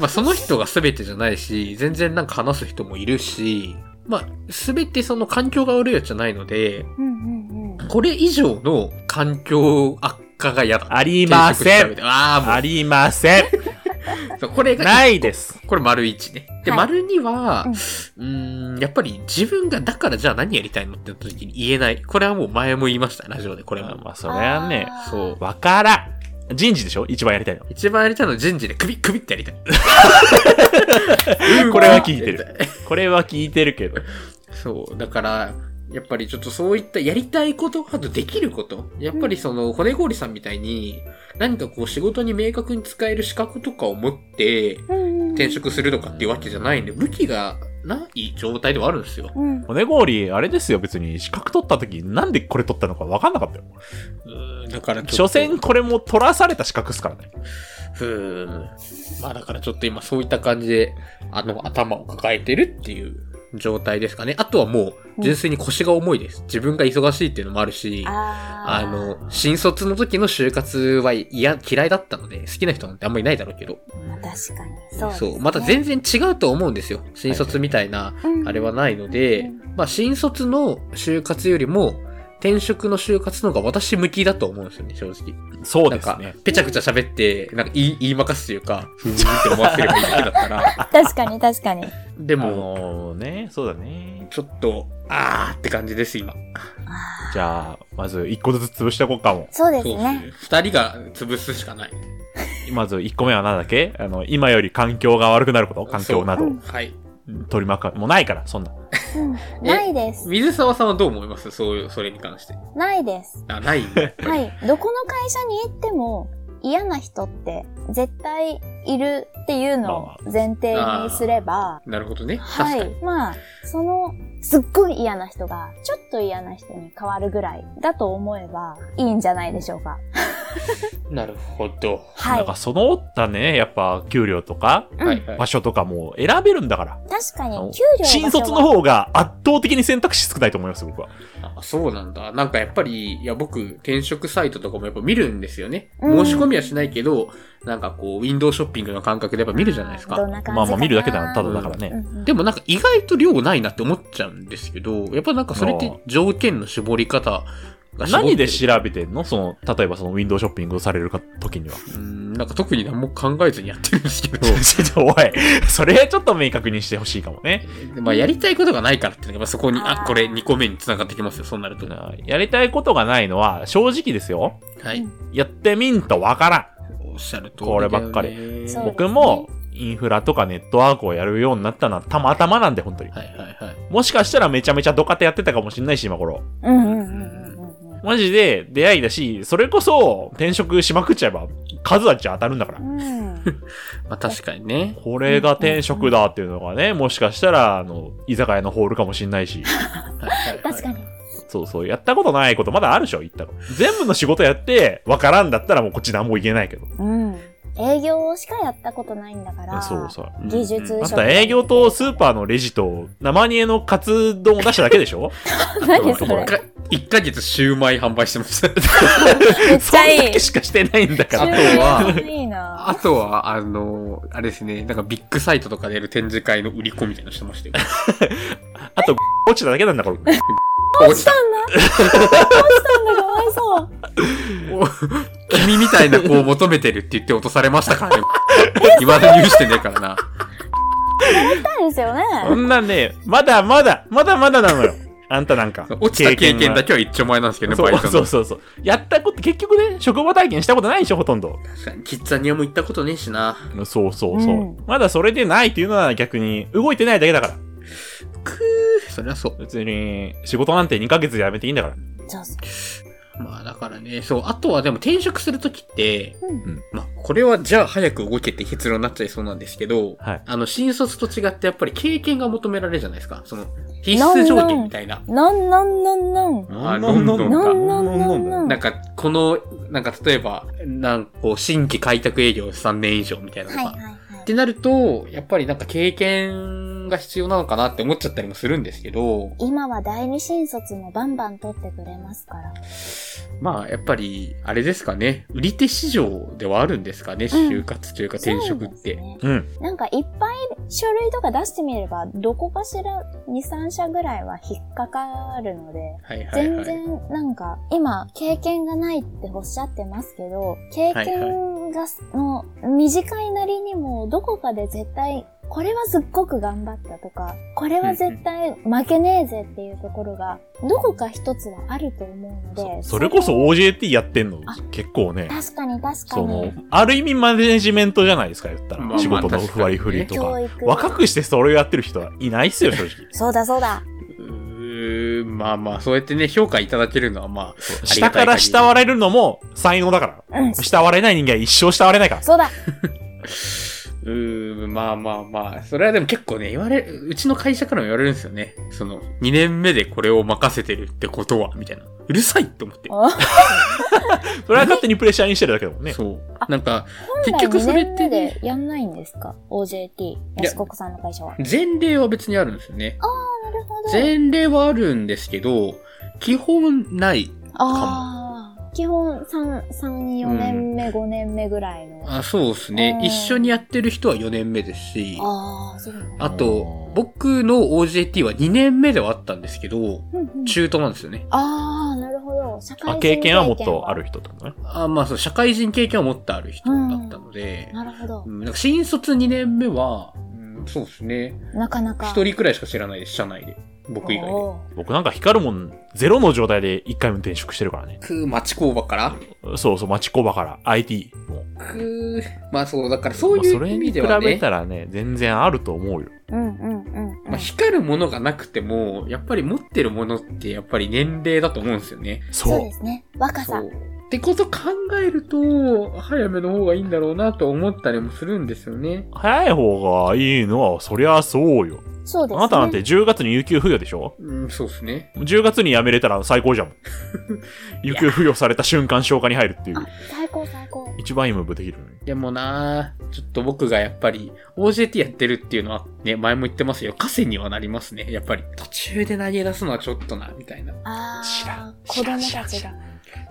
S3: まあ、その人が全てじゃないし、全然なんか話す人もいるし、まあ、全てその環境が悪いわけじゃないので、
S4: うんうんうん。
S3: これ以上の環境悪化が嫌だ。
S2: ありません。
S3: あ
S2: ありません。
S3: あ、もうそう、これが
S2: ないです。
S3: これ丸1ね。で、
S4: はい
S3: 丸2は、
S4: う
S3: うんーん、やっぱり自分が、だからじゃあ何やりたいのってなった時に言えない。これはもう前も言いました、ラジオで、これ
S2: まあ
S3: も。
S2: まあ、それはね、
S4: あー
S3: そう。
S2: わからん。人事でしょ一番やりたいの。
S3: 一番やりたいのは人事で首、首ってやりたい。
S2: これは聞いてる。これは聞いてるけど。
S3: そう。だから、やっぱりちょっとそういったやりたいこと、あとできること。やっぱりその、骨氷さんみたいに、何かこう仕事に明確に使える資格とかを持って、
S4: うんうん。
S3: 転職するとかっていうわけじゃないんで、武器がない状態ではあるんですよ。
S4: うん。
S2: 骨氷、あれですよ、別に。資格取った時、なんでこれ取ったのかわかんなかったよ。
S3: うんだからちょっと、
S2: 所詮これも取らされた資格っすからね。
S3: ふーん。まあだからちょっと今そういった感じで、あの、頭を抱えてるっていう状態ですかね。あとはもう、純粋に腰が重いです。自分が忙しいっていうのもあるし、あ
S4: あー
S3: の、新卒の時の就活は嫌、嫌いだったので、好きな人なんてあんまりいないだろうけど。
S4: まあ確かに。そうです、ね。
S3: また全然違うと思うんですよ。新卒みたいな、
S4: うん
S3: あれはないので
S4: う、
S3: まあ新卒の就活よりも、転職の就活の方が私向きだと思うんですよね、正直。
S2: そう
S3: なん
S2: です
S3: か
S2: ね。、
S3: ぺちゃくちゃ喋って、なんか言い、言いまかすというか、ふーんって思わせればいいだけだった ら、
S4: 確かに確かに。
S3: で
S2: あ
S3: も、
S2: のね、そうだね。
S3: ちょっと、あーって感じです、今。
S2: じゃあ、まず一個ずつ潰していこうかも。
S4: そうです
S3: そうです
S4: ね。
S3: ね。二人が潰すしかない。
S2: まず一個目は何だっけあの、今より環境が悪くなること環境など
S4: そううん。
S3: はい。
S2: 取り巻く。もうないから、そんな。
S4: うん
S3: え
S4: ないです。
S3: 水沢さんはどう思いますそういう、それに関して。
S4: ないです。
S3: あ、 ないんだ
S4: はい。どこの会社に行っても嫌な人って絶対いるっていうのを前提にすれば、
S3: なるほどね。確
S4: は
S3: か
S4: い
S3: に。。
S4: まあ、その、すっごい嫌な人が、ちょっと嫌な人に変わるぐらいだと思えば、いいんじゃないでしょうか。
S3: なるほど。
S4: は
S2: ないんか。その他ね、やっぱ給料とか、
S4: うん
S3: はいはい
S2: 場。所とかも選べるんだから。
S4: 確か
S2: あの
S4: に、給料
S2: 新
S4: 場所は
S2: 卒の方が圧倒的に選択肢少ないと思います、僕は。
S3: あそうなんだ。なんかやっぱり、いや僕、転職サイトとかもやっぱ見るんですよね。
S4: うん
S3: 申し込みはしないけど、なんかこう、ウィンドウショッピングの感覚でやっぱ見るじゃないです
S4: ど
S3: か
S4: ん。な感じかな
S2: まあまあ見るだけだただだから
S4: う
S2: ね。
S4: んうん
S3: でもなんか意外と量ないなって思っちゃうんですけど、やっぱなんかそれって条件の絞り方が絞って
S2: 何で調べてんのその、例えばそのウィンドウショッピングをされるか時には。
S3: うん、なんか特に何も考えずにやってるんですけど、
S2: ちょっとおい、それちょっと明確にしてほしいかもね。
S3: まあやりたいことがないからっていうのが、まあそこに、
S4: あ
S3: あ、
S4: ー
S3: これ2個目に繋がってきますよ、そうなると。は
S2: なやりたいことがないのは、正直ですよ。
S3: い。
S2: やってみんとわから
S3: おっしゃると、
S2: こればっかり
S4: そ
S2: ん。
S4: うですね
S2: 僕も、インフラとかネットワークをやるようになったのはたまたまなんで、本当に。
S3: はいはいはい。
S2: もしかしたらめちゃめちゃドカテやってたかもしんないし、今頃。
S4: うんうんうんうんうん
S2: マジで出会いだし、それこそ転職しまくっちゃえば、数はじゃ当たるんだから。
S4: うん。 うん。
S3: まあ確かにね。
S2: これが転職だっていうのがね、もしかしたら、あの、居酒屋のホールかもしんないし。
S4: 確か
S3: に。
S4: に。
S2: そうそう、やったことないことまだあるでしょ、言ったの。全部の仕事やって、わからんだったらもうこっち何も言えないけど。
S4: うん。営業しかやったことないんだから。
S2: そうそう。
S4: 技術
S2: あんた営業とスーパーのレジと生煮えのカツ丼を出しただけでしょ
S4: 何それ
S3: 1か一ヶ月シューマイ販売してました。
S4: めっちゃ
S2: そん
S4: い
S2: だ
S4: い
S2: け。しかしてないんだから。
S3: あとはい
S4: い な
S3: あとは、あの、あれですね、なんかビッグサイトとかでやる展示会の売り子みたいなのしてましたよ。
S2: あと、落ちただけなんだから。
S3: 落ちた
S4: なんだかわいそう。
S3: 君みたいな子を求めてるって言って落とされましたから ね。今だに許してねえからな。
S4: なんですよね。
S2: そんなね、まだまだ、まだまだなのよ。あんたなんか。
S3: 落ちた経験だ
S2: け
S3: けは一丁前なんですけどね、
S2: そ
S3: バイ
S2: う
S3: トの。
S2: そうそうそう。やったこと、結局ね、職場体験したことないでしょ、ほとんど。
S3: 確かに、キッザニアも行ったことねえしな。
S2: そうそうそう。
S4: うん
S2: まだそれでないっていうのは逆に、動いてないだけだから。
S3: くー、そりゃそう。
S2: 別に、仕事なんて2ヶ月で辞めていいんだから。
S4: そうそう
S3: まあだからね、そう、あとはでも転職するときって、
S4: うん
S3: まあこれはじゃあ早く動けって結論になっちゃいそうなんですけど、
S2: はい
S3: あの、新卒と違ってやっぱり経験が求められるじゃないですか。その、必須条件みたいな。
S4: ノンノンノンノン。
S3: あのんのんのん
S4: のんのんのんのん
S3: なんか、この、なんか例えば、なんかこう、新規開拓営業3年以上みたいなのが。
S4: はいはいは
S3: ってなると、やっぱりなんか経験が必要なのかなって思っちゃったりもするんですけど、
S4: い。今は第二新卒もバンバン取ってくれますから。
S3: まあやっぱり、あれですかね、売り手市場ではあるんですかね、就活というか転職っ
S4: そうです
S3: て。
S4: ね
S2: うん。
S4: なんかいっぱい書類とか出してみれば、どこかしら2、3社ぐらいは引っかかるので、
S3: はいはいは
S4: 全
S3: い。
S4: 然なんか、今、経験がないっておっしゃってますけど、経験がす、の、短いなりにも、どこかで絶対、これはすっごく頑張ったとか、これは絶対負けねえぜっていうところが、どこか一つはあると思うので、
S2: それこそ
S4: れ
S2: OJT やってんの
S4: あ
S2: 結構ね、
S4: 確かに確か
S2: その
S4: に、、
S2: ある意味マネジメントじゃないですか、言った
S3: まあま
S2: ら。
S3: あ
S2: 仕事のふわりふりと
S4: 教
S2: か。
S4: 育。
S2: 若くしてそれをやってる人はいないっすよ、正直。
S4: そうだそうだ。
S3: うーんまあまあ、そうやってね、評価いただけるのはまあ、あり
S2: 下
S3: がた
S2: か
S3: い限り
S2: ら慕われるのも才能だか
S4: うん
S2: ら。慕われない人間は一生慕われないから。
S4: そうだ。
S3: うーん、まあまあまあ、それはでも結構ね、言われ、うちの会社からも言われるんですよね。その、2年目でこれを任せてるってことは、みたいな。うるさいって思って。
S4: お
S2: それは勝手にプレッシャーにしてるだけだもんね。
S3: そう。なんか、
S4: 本
S3: 結
S4: 来
S3: 局
S4: 2
S3: それっ
S4: 年目
S3: てね
S4: でやんないんですか ?OJT。
S3: や
S4: 安国さんの会社は。
S3: 前例は別にあるんですよね。
S4: なるほど。
S3: 前例はあるんですけど、基本ない。
S4: ああ。基本3、3、4年目、5年目ぐらいの。
S3: あそうですね
S4: う。ん
S3: 一緒にやってる人は4年目ですし、
S4: ああ、そうなの
S3: あと
S2: うん、
S3: 僕の OJT は2年目ではあったんですけど、
S4: うんうん
S3: 中途なんですよね。
S4: ああ、なるう、社会
S2: あ
S4: 人
S2: 経験はもっとある人ってことね。
S3: あまあそう、社会人経験を持ってある人だったので、
S4: なるほど
S3: う。んなんか新卒2年目は、うんそうですね。
S4: なかなか。
S3: 一人くらいしか知らないです、社内で。僕以外で。
S4: おー
S2: 僕なんか光るもん、ゼロの状態で一回も転職してるからね。
S3: く町工場から
S2: そうそう、町工場から、IT も。
S3: くまあそう、だからそう
S2: まあそ
S3: いう
S2: れ
S3: 意
S2: に
S3: 味
S2: 比
S3: では
S2: べ
S3: ね、
S2: たらね、全然あると思うよ。
S4: うんうんうん。
S3: まあ、光るものがなくても、やっぱり持ってるものってやっぱり年齢だと思うんですよね。
S4: そう
S2: そう
S4: で。すね。若
S3: そ
S4: さ。
S3: う。ってこと考えると、早めの方がいいんだろうなと思ったりもするんですよね。
S2: 早い方がいいのは、そりゃそうよ。
S4: そうで
S2: あ
S4: すね。
S2: なたなんて10月に有給付与でしょ
S3: うん、そうですね。
S2: ?10 月に辞めれたら最高じゃん。有給付与された瞬間消化に入るっていう
S4: あ。、最高最高。
S2: 一番いいムーブできるのに。
S3: でもなあちょっと僕がやっぱり OJT やってるっていうのはね、前も言ってますよ。稼にはなりますね。やっぱり途中で投げ出すのはちょっとな、みたいな。
S4: あ
S2: 知らん
S4: あ、子供たち
S2: 知ら
S4: が
S2: ん。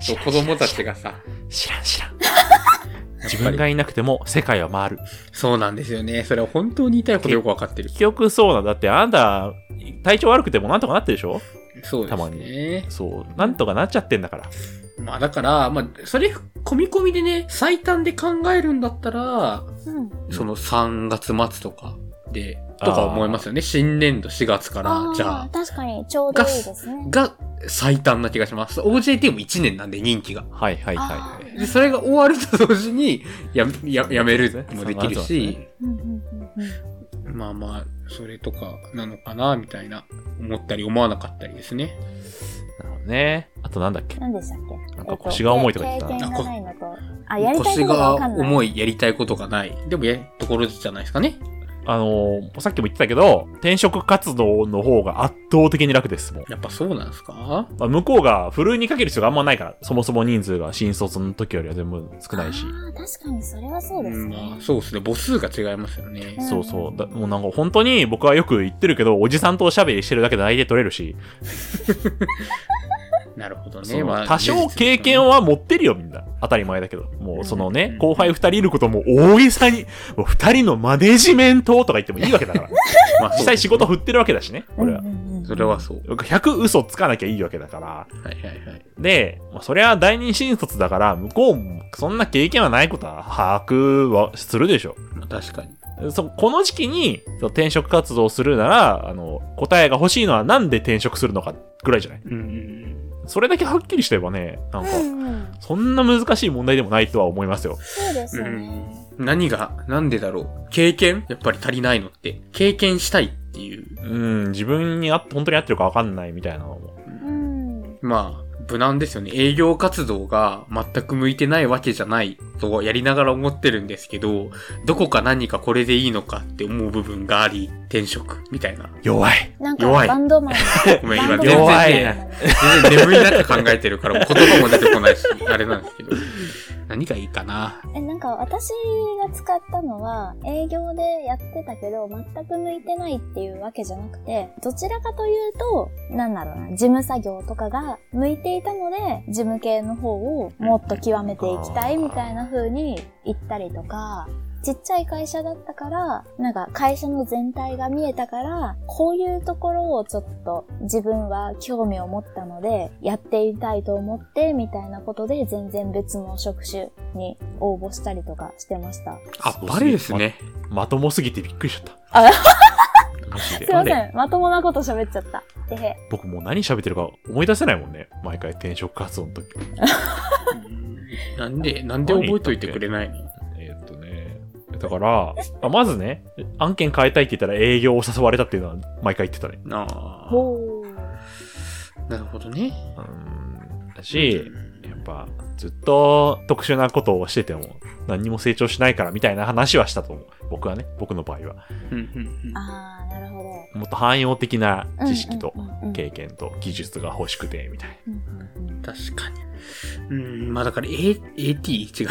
S3: そう、子供たちがさ、
S2: 知らん知らん。
S3: やっ
S2: 自
S3: ぱ
S2: 分
S3: り
S2: がいなくても世界は回る。
S3: そうなんですよね。それは本当に言いたいことよくわかってる。
S2: 結局そうなんだって、あんた、体調悪くてもなんとかなってるでしょ
S3: そうで
S2: たます
S3: ね。
S2: そう。なんとかなっちゃってんだから。
S3: まあだから、まあ、それ、込み込みでね、最短で考えるんだったら、
S4: うん。
S3: その3月末とかで、とか思いますよね。新年度4月から
S4: あ、ー
S3: じゃあ、
S4: 確かにちょうどいいですね。
S3: が最短な気がします。OJT も1年なんで、任期が。
S2: はいはい
S4: あ
S2: はい。
S3: で、それが終わると同時に、や、や、やめるもでき
S2: そうで
S3: る
S2: す
S3: し、
S4: うんうんうんうん
S3: まあまあ、それとかなのかな、みたいな、思ったり思わなかったりですね。
S2: なるほどね。あとなんだっけ
S4: 何でしたっけ
S2: なんか腰が重いとか言ってた
S4: え
S2: な
S4: っ経験がないのと。あ、やりたいこ
S3: 腰
S4: とがわか
S3: が
S4: んない。
S3: 重い、やりたいことがない。でも、やるところじゃないですかね。
S2: あのーさっきも言ってたけど、転職活動の方が圧倒的に楽です、もう。
S3: やっぱそうなんですか
S2: まあ向こうが、ふるいにかける人があんまないから、そもそも人数が新卒の時よりは全部少ないし。
S4: あー確かにそれはそうです
S3: ん
S4: ね。
S3: まあ、そうですね。母数が違いますよね。
S2: そうそう。だもうなんか本当に僕はよく言ってるけど、おじさんとおしゃべりしてるだけで相手取れるし、
S3: なるほど
S2: そ
S3: ね。
S2: の
S3: まあ、
S2: 多少経験は持ってるよ、みんな。当たり前だけど。もうその
S3: うん
S2: ね、後輩二人いることも大げさに、もう二人のマネジメントとか言ってもいいわけだ から。
S3: まあ、
S2: 実際仕事振ってるわけだしね、
S4: うんう
S2: 俺
S4: ん
S2: は。
S4: うん
S3: それはそう。
S2: 100嘘つかなきゃいいわけだから。
S3: はいはいはい。
S2: で、まあ、そりゃ第二新卒だから、向こうもそんな経験はないことは把握はするでしょ。
S3: まあ、確かに。
S2: そこの時期にその転職活動をするなら、あの、答えが欲しいのはなんで転職するのかぐらいじゃない
S3: うんうん
S2: それだけはっきりしてればね、なんか、
S4: うんうん
S2: そんな難しい問題でもないとは思いますよ。
S4: そうです
S3: うん。
S4: よ
S3: う
S4: ね。
S3: ん。何が、なんでだろう。経験やっぱり足りないのって。経験したいっていう。
S2: うん、自分にあ本当に合ってるかわかんないみたいなのも。
S4: うん。
S3: まあ、無難ですよね。営業活動が全く向いてないわけじゃないとやりながら思ってるんですけど、どこか何かこれでいいのかって思う部分があり、転職みたいな。
S2: 弱い。
S4: なんか
S3: 弱い
S4: バンドマン
S3: ごめん、
S4: バ
S3: 今
S4: ンド
S3: 全然
S4: マン
S2: 弱い
S3: ね、全然眠いなって考えてるから、もう言葉も出てこないし、あれなんですけど。 何がいいかな。
S4: え、なんか私が使ったのは、営業でやってたけど、全く向いてないっていうわけじゃなくて、どちらかというと、なんだろうな、事務作業とかが向いていたので、事務系の方をもっと極めていきたいみたいな風に言ったりとか、ちっちゃい会社だったから、なんか会社の全体が見えたから、こういうところをちょっと自分は興味を持ったので、やっていたいと思って、みたいなことで全然別の職種に応募したりとかしてました。
S3: あっぱれですね。
S2: ま。まともすぎてびっくりしちゃった。
S4: あ
S2: マジです
S4: いませ
S2: なんで
S4: ん。まともなこと喋っちゃった。えへ。
S2: 僕もう何喋ってるか思い出せないもんね。毎回転職活動の時。
S3: うんなんで、なんで覚えといてくれないの
S2: えーっとね。だから、あまずね、案件変えたいって言ったら営業を誘われたっていうのは毎回言ってたね。
S3: なあ
S4: ほう。
S3: なるほどね。
S2: うーん。だし、やっぱ、ずっと特殊なことをしてても、何にも成長しないからみたいな話はしたと思う。僕はね、僕の場合は。
S3: うんうんうん
S4: あー、なるほど。
S2: もっと汎用的な知識と
S4: うんうんうんうん
S2: 経験と技術が欲しくて、みたいな。
S4: うんうんうん
S3: 確かに。うん、まあだから、A、AT? 違う。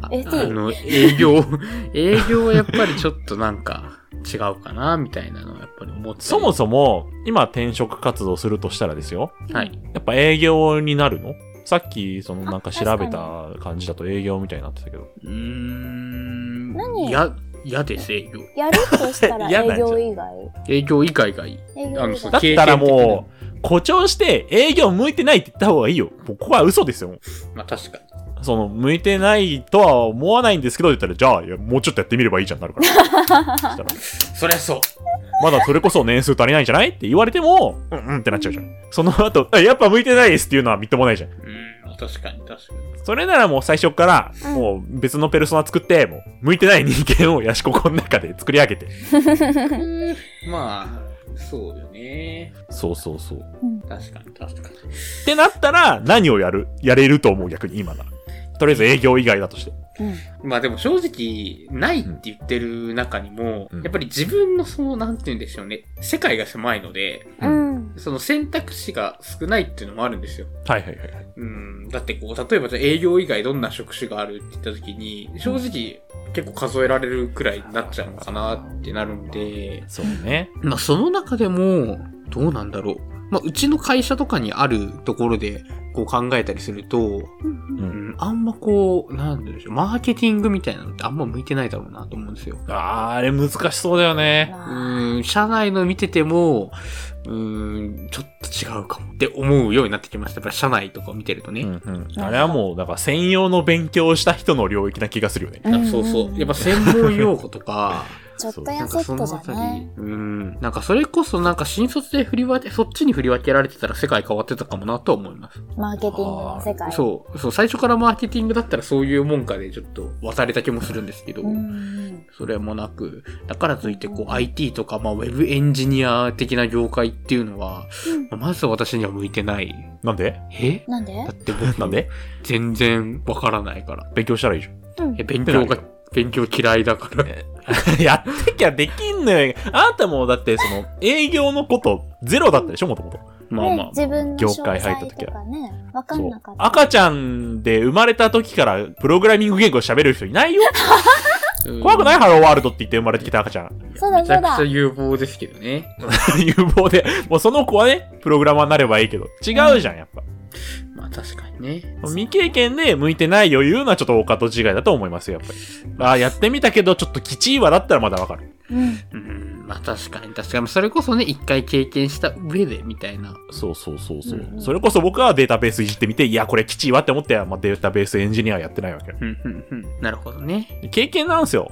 S3: あ
S4: AT
S3: あの、営業。 営業はやっぱりちょっとなんか違うかな、みたいなのはやっぱり思って。
S2: そもそも、今転職活動するとしたらですよ。
S3: はい。
S2: やっぱ営業になるのさっき、その
S4: あ
S2: なんか調べた感じだと営業みたいになってたけど。
S3: うーん。
S4: 何
S3: や、嫌です、営業。
S4: やるとしたら
S2: 嫌なん
S4: 営
S2: じゃん
S4: 業以外
S3: 営業以外がいい。
S4: 営業以
S3: あ
S4: 外
S3: の、そ
S2: だ
S3: の
S2: ったらもう、誇張して営業向いてないって言った方がいいよ。ここは嘘ですよ。
S3: まあ確かに。
S2: その、向いてないとは思わないんですけど、言ったら、じゃあ、いやもうちょっとやってみればいいじゃんなるから。そ したら
S3: そりゃそう。
S2: まだそれこそ年数足りないんじゃないって言われても、うんうんってなっちゃうじゃん。その後、 あやっぱ向いてないですっていうのはみっともないじゃん。
S3: うん、まあ確かに確かに。
S2: それならもう最初から、
S4: うん
S2: もう別のペルソナ作って、もう向いてない人間をヤシココの中で作り上げて。
S3: まあ、そうよね。
S2: そうそうそう。っ
S3: 確かに確かに。
S2: てなったら、何をやるやれると思う逆に今なら。とりあえず営業以外だとして。
S4: うん。
S3: まあでも正直、ないって言ってる中にも、
S2: うん
S3: やっぱり自分のその、なんて言うんでしょうね、世界が狭いので、
S4: うん。
S3: その選択肢が少ないっていうのもあるんですよ。
S2: はいはいはいはい。
S3: うん、だってこう、例えばじゃあ営業以外どんな職種があるって言った時に、正直結構数えられるくらいになっちゃうのかなってなるんで、
S2: そうね。
S3: まあその中でも、どうなんだろう。まあうちの会社とかにあるところでこう考えたりすると、
S4: うん。
S3: うん、あんまこう、なんて言うんでしょう、マーケティングみたいなのってあんま向いてないだろうなと思うんですよ。
S2: あーあれ難しそうだよね。
S3: うん、社内の見てても、うん、ちょっと違うかもって思うようになってきました。やっぱり社内とかを見てるとね。
S2: うんうん、あれはもう、だから専用の勉強をした人の領域な気がするよね。
S4: うん
S3: そうそう。やっぱ専門用語と か、
S4: ちょっと
S2: エ
S4: や
S3: なん
S4: セ
S3: か
S4: ッ
S3: そ
S4: ト
S3: の
S4: じ
S3: あ
S4: ゃ
S3: た
S4: ね
S3: り。、うん、なんかそれこそなんか新卒で振り分け、そっちに振り分けられてたら世界変わってたかもなとは思います。
S4: マーケティングの世界。
S3: そう、そう、最初からマーケティングだったらそういうもんかでちょっと渡れた気もするんですけど、
S4: うん。
S3: それもなく、だからといってこう IT とか、まあ、ウェブエンジニア的な業界っていうのは、まあまず私には向いてない。
S2: なんで
S3: え
S4: なんで
S3: だって僕
S2: なんで
S3: 全然わからないから。
S2: 勉強したらいいじゃん。
S4: うん
S3: え、。勉強
S2: なんで
S3: が、勉強嫌いだから。
S2: やってきゃできんのよ。あなたもだって、その、営業のことゼロだったでしょ、もともと。
S3: まあま
S4: ね
S3: あ。
S4: 自分の
S2: 業
S4: 詳
S2: 界入った
S4: 細
S2: 時
S4: と
S2: は
S4: かね、わか
S2: そ
S4: ん
S2: う
S4: なかった。
S2: 赤ちゃんで生まれた時からプログラミング言語喋る人いないよ。怖くないいハローワールドって言って生まれてきた赤ちゃん。
S4: そうだ
S3: めちゃ
S4: そ
S3: く
S4: うだ
S3: ちゃ。有望ですけどね。
S2: 有望で。もうその子はね、プログラマーになればいいけど。違うじゃん、やっぱ。
S3: まあ確かにね。
S2: 未経験で向いてない余裕のはちょっとお門違いだと思いますよ、やっぱり。ああ、やってみたけど、ちょっときちいわだったらまだわかる。
S4: うん。
S3: うん、まあ確かに確かに。それこそね、一回経験した上でみたいな。
S2: そうそうそうそう。
S3: うん
S4: うん
S2: それこそ僕はデータベースいじってみて、いや、これきちいわって思って、まあ、データベースエンジニアやってないわけ。
S3: うん、うん、うん。なるほどね。
S2: 経験なんですよ。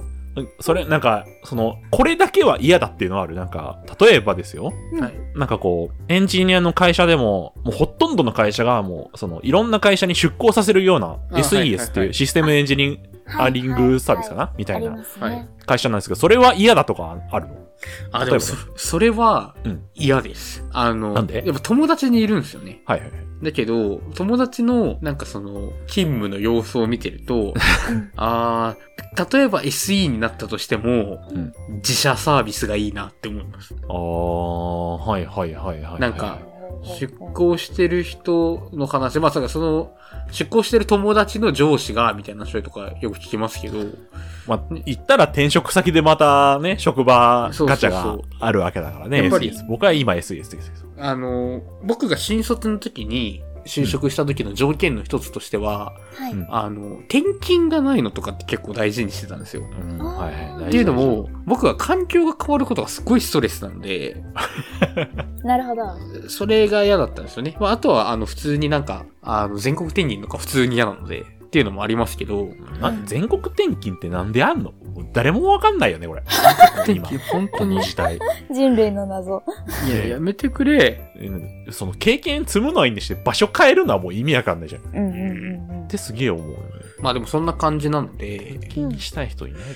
S2: それ、なんか、その、これだけは嫌だっていうのはある。なんか、例えばですよ。
S4: うん
S3: はい。
S2: なんかこう、エンジニアの会社でも、もうほとんどの会社がもう、その、いろんな会社に出向させるような
S3: あはいはいは
S2: SES
S3: い
S2: っていうシステムエンジニアリングサービスかなみた
S4: はいいはい
S2: な
S4: はいあります
S3: はい
S4: ね。
S2: 会社なんですけど、それは嫌だとかあるの
S3: あ、で
S2: 例えば
S3: もそ、それは
S2: うん
S3: 嫌です。あの、
S2: なんで
S3: やっぱ友達にいるんですよね。
S2: はいはいはい。
S3: だけど、友達の、なんかその、勤務の様子を見てる と、あー、例えば SE になったとしても、
S2: うん
S3: 自社サービスがいいなって思います。
S2: あー、はいはいはいはい。
S3: なんか出向してる人の話、まあ、その、出向してる友達の上司が、みたいな、それとかよく聞きますけど、
S2: まあ、言ったら転職先でまたね、職場ガチ
S3: そうそうそう
S2: ャがあるわけだからね。
S3: やっぱり
S2: SES 僕は今 SES ですけど。
S3: あの、僕が新卒の時に、就職した時の条件の一つとしては、
S4: はい。
S2: うん
S3: あの、転勤がないのとかって結構大事にしてたんですよ。
S2: うん、
S4: あー
S2: はいはい大事。
S3: っていうの
S2: 大事
S3: も、僕は環境が変わることがすごいストレスなので、
S4: なるほど。
S3: それが嫌だったんですよね。まあ、あとは、あの、普通になんか、あの、全国転勤とか普通に嫌なので、っていうのもありますけど、
S2: な全国転勤ってなんであんの誰もわかんないよね、これ。今、
S3: 本
S2: この時代。
S4: 人類の謎。
S3: いや、やめてくれ。
S2: うんその経験積むのはいいんでして、場所変えるのはもう意味わかんないじゃん。っ
S4: うんうんうん
S2: てすげえ思うよね。
S3: まあでもそんな感じなので、
S2: 転勤したい人いないか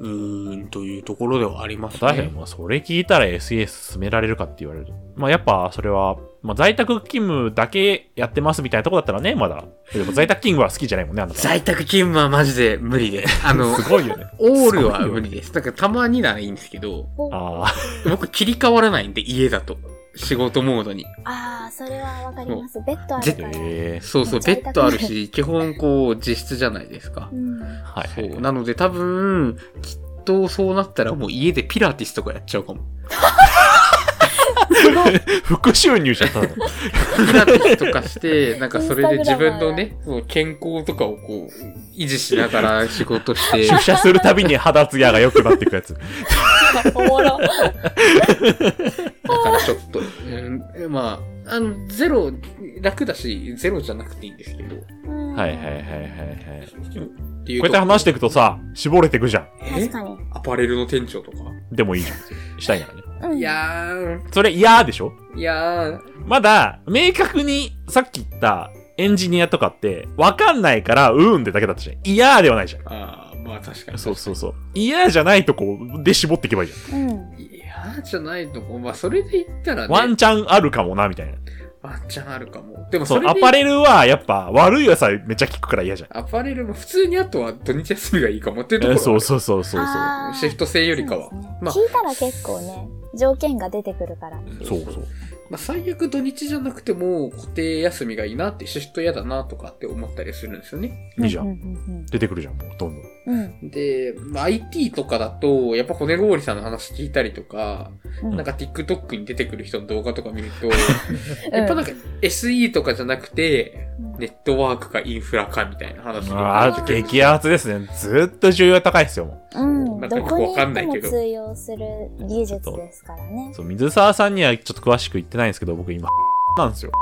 S3: うーん、というところではあります
S2: ら。大変、
S3: ね。
S2: まあ、それ聞いたら SES 進められるかって言われると。まあ、やっぱ、それは、まあ、在宅勤務だけやってますみたいなとこだったらね、まだ。でも在宅勤務は好きじゃないもんね、あんた。
S3: 在宅勤務はマジで無理で。あ の、
S2: すごいよね。
S3: オールは無理です。だからたまにならいいんですけど、
S4: うん。
S2: ああ、
S3: 僕切り替わらないんで、家だと。仕事モードに。
S4: ああ、それはわかります。ベッドあるから。
S2: ええ
S3: そうそう、ベ
S4: 在宅
S3: ッドあるし、基本こう、自室じゃないですか
S4: う。ん。
S2: はいは
S3: そ
S2: い。
S3: う。なので多分、きっとそうなったらもう家でピラティスとかやっちゃうかも。
S2: 副収入 じゃん、ただの。
S3: ピラティスとか して、なんかそれで自分の
S4: イン
S3: ね、そう健康とかをこう、維持しながら仕 事して。
S2: 出社するたびに肌ツヤが良くなっていくやつ。
S4: おもろ。
S3: だからちょっと、うん、まあ、あの、ゼロ、楽だし、ゼロじゃなくていいんですけど。
S4: うん
S2: はいはいはいはいはい。こ
S3: っていう
S2: うやって話していくとさ、絞れてくじゃん。
S4: 確かに。
S3: アパレルの店長とか。
S2: でもいいじゃん。したいならね。
S4: うん。
S3: いやー、
S2: それ嫌でしょ
S3: いやー、
S2: まだ、明確に、さっき言った、エンジニアとかって、わかんないから、うーんってだけだったじゃん。嫌ではないじゃ
S3: あーまあ確か
S2: ん。
S3: に。
S2: そうそうそう。嫌じゃないとこで絞っていけばいいじ
S4: うん。
S3: いやじゃないとこ、まあそれで言ったら
S2: ゃ
S3: ね、
S2: ん。ワンチャンあるかもな、みたいな。
S3: ワンチャンあるかも。でも
S2: そ、
S3: そうれ
S2: ア
S3: で
S2: パレルは、やっぱ、悪い野菜めっちゃ効くから嫌じゃん。
S3: アパレルも普通にあとは土日休みがいいかもっていうとこ
S2: え
S3: ろ。
S2: そうそうそうそうそう。
S4: あー
S3: シフト制よりかは
S4: そうですね。
S3: まあ
S4: 聞いたら結構ね、条件が出てくるから。
S2: そうそう。
S3: まあ最悪土日じゃなくても固定休みがいいなって、シフト嫌だなとかって思ったりするんですよね。
S2: いいじゃ。
S4: うんん
S2: 出てくるじゃん、もう、どんどん。
S4: うんうん。
S3: で、まあ IT とかだと、やっぱ骨氷さんの話聞いたりとか、
S4: うん
S3: なんか TikTok に出てくる人の動画とか見る と、
S4: うん
S3: やっぱなんか SE とかじゃなくて、
S4: うん
S3: ネットワークかインフラかみたいな話
S2: あ
S3: が
S2: あ、激アツですね。ずーっと重要高いですよ、もう。
S4: うん
S3: なんか
S4: ど
S3: よく
S4: こに
S3: わか
S4: 行っ
S3: んな
S4: て
S3: いけ
S4: も
S3: ど
S4: 通用する技術ですからね。
S2: そう、水沢さんにはちょっと詳しく言ってないんですけど、僕今、 なんですよ。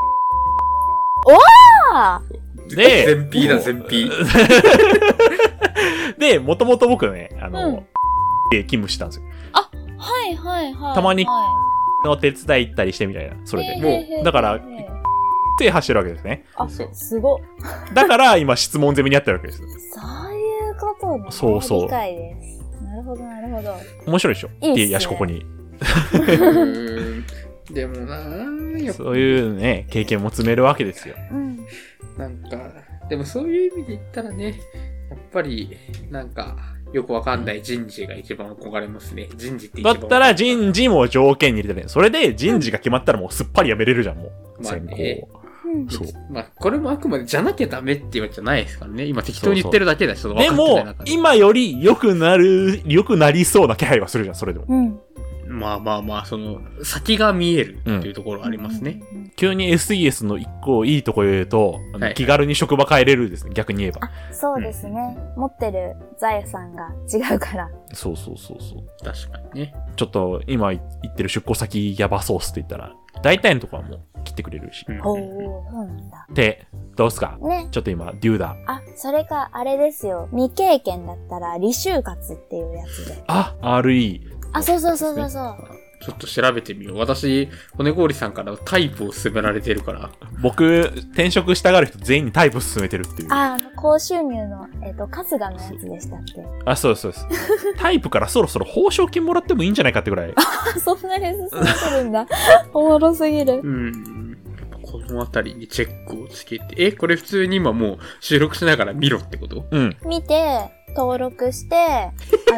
S4: あ
S2: で、
S3: 全 P だ、
S2: もう
S3: 全 P。
S2: で、もともと僕ね、あ
S4: う
S2: の、
S4: ん
S2: で勤務してたんですよ。
S4: あはいはいはい。
S2: たまに
S4: は
S2: の手伝い行ったりしてみたいな、それ
S4: い
S2: で。
S3: もう
S4: へーへーへー
S2: だから
S4: へー
S2: 手走ってるわけですね。
S4: あ、
S3: そう
S4: すごっ。
S2: だから、今、質問攻めにやってるわけです。
S4: そういうことね。
S2: そうそう
S4: 理解です。なるほどなるほど。
S2: 面白いでしょ
S4: いいっすね
S2: やしここに。
S3: うーん でもなぁ、やっぱ
S2: そういうね、経験も積めるわけですよ。
S4: うん。
S3: なんか、でもそういう意味で言ったらね、やっぱり、なんか、よくわかんない人事が一番憧れますね。人事って一
S2: だ
S3: 番
S2: ったら、人事も条件に入れてね。それで、人事が決まったらもうすっぱりやめれるじゃん、もう。
S3: まあ
S2: 先
S3: ね
S2: 行。
S4: うん
S2: そう。
S3: まあ、これもあくまでじゃなきゃダメっていうわけじゃないですからね。今適当に言ってるだけだし、その
S2: で
S3: 分かってな
S2: も
S3: い中、で
S2: 今より良くなる、良くなりそうな気配はするじゃん、それでも。
S4: うん。
S3: まあまあまあ、その、先が見えるっていうところありますね。
S4: うんうんうん。
S2: 急に SES の一個いいとこ言うと、あの
S3: はい
S2: 気軽に職場変えれるですね、逆に言えば。
S4: あ、そうですね。持ってる財産が違うから。
S2: そうそうそうそう。
S3: 確かにね。
S2: ちょっと今言ってる出向先やばそうっすって言ったら、大体のとこはもう切ってくれるし。
S3: うん
S4: おお、そうなんだ。
S2: で、どうすか
S4: ね。
S2: ちょっと今、デューだ。
S4: あ、それか、あれですよ。未経験だったら、履修活っていうやつで。
S2: あ、RE。
S4: あ、そうそうそうそうそう。
S3: ちょっと調べてみよう。私、骨氷さんからタイプを勧められてるから。
S2: 僕、転職したがる人全員にタイプ進めてるっていう。あ、
S4: あ、あの高収入の、えっ、と、春日のやつでしたっけ
S2: そうです、そうです。タイプからそろそろ報奨金もらってもいいんじゃないかってぐらい。
S4: あ、そんなに進めてるんだ。おもろすぎる。
S3: うん。やっぱこのあたりにチェックをつけて、え、これ普通に今もう収録しながら見ろってこと
S2: うん。
S4: 見て、登録して、あ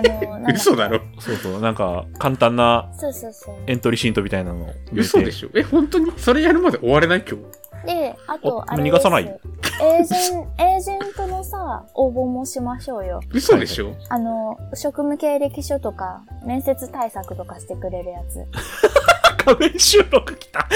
S4: の、なんだ
S3: 嘘だろ
S2: そうそう、なんか、簡単な
S4: そうそうそう。
S2: エントリーシートみたいなのを入れて。
S3: 嘘でしょえ、本当にそれやるまで終われない今日。
S4: で、あ
S2: お
S4: と、あれ
S2: 逃がさない
S4: ですエージェン、 エージェントのさ、応募もしましょうよ。
S3: 嘘でしょ、
S4: あの、職務経歴書とか、面接対策とかしてくれるやつ。
S2: 仮面収録来た。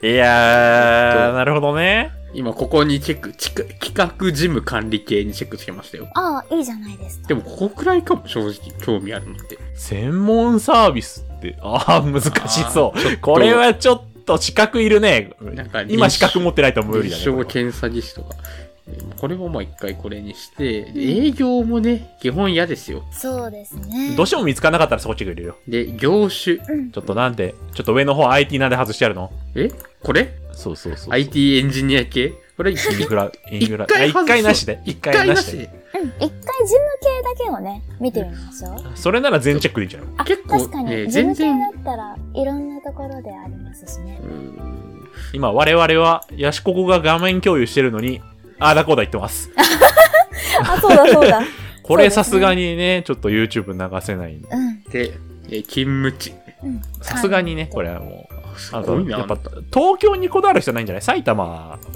S2: いやー、なるほどね。
S3: 今ここにチェック、ちく企画事務管理系にチェックつけましたよ。
S4: ああ、いいじゃないですか。
S3: でもここくらいかも正直興味あるのって。
S2: 専門サービスって、あー、難しそう。これはちょっと資格いるね
S3: なんか。
S2: 今資格持ってないと無理
S3: 臨
S2: だね。
S3: 床検査技師とか。えーこれもまあ一回これにして、で営業もね、基本嫌ですよ。
S4: そうですね。
S2: どうしても見つからなかったらそこチェック入れるよ。
S3: で、業種。
S2: ちょっとなんで、ちょっと上の方 IT なんで外してあるの
S3: えこれ
S2: そうそうそう。
S3: ?IT エンジニア系これ
S2: インフラ、インフラ。
S3: 一回
S2: あ一回なし
S3: 外
S2: で。一
S3: 一回
S2: 回な
S3: な
S2: し
S3: し
S2: で。
S3: で。
S4: うん。一回事務系だけをね、見てみましょう。
S2: それなら全チェックでいいんじゃん。
S4: あ、
S3: 結構
S4: 確かに、
S3: ね
S4: 事務系
S3: 全然
S4: だったらいろんなところでありますしね
S3: う。ん
S2: 今、我々は、ヤシココが画面共有してるのに、あーだこうだ言ってます。
S4: あ、 そうだそうだ。
S2: これさすがにね、ちょっと YouTube 流せないんで。
S4: うん。
S3: で、えー勤務地。
S4: うん。
S2: さすがにね、これはもう。
S3: す
S2: あ
S3: ご
S2: と
S3: いな。
S2: やっぱ東京にこだわる人はないんじゃない埼玉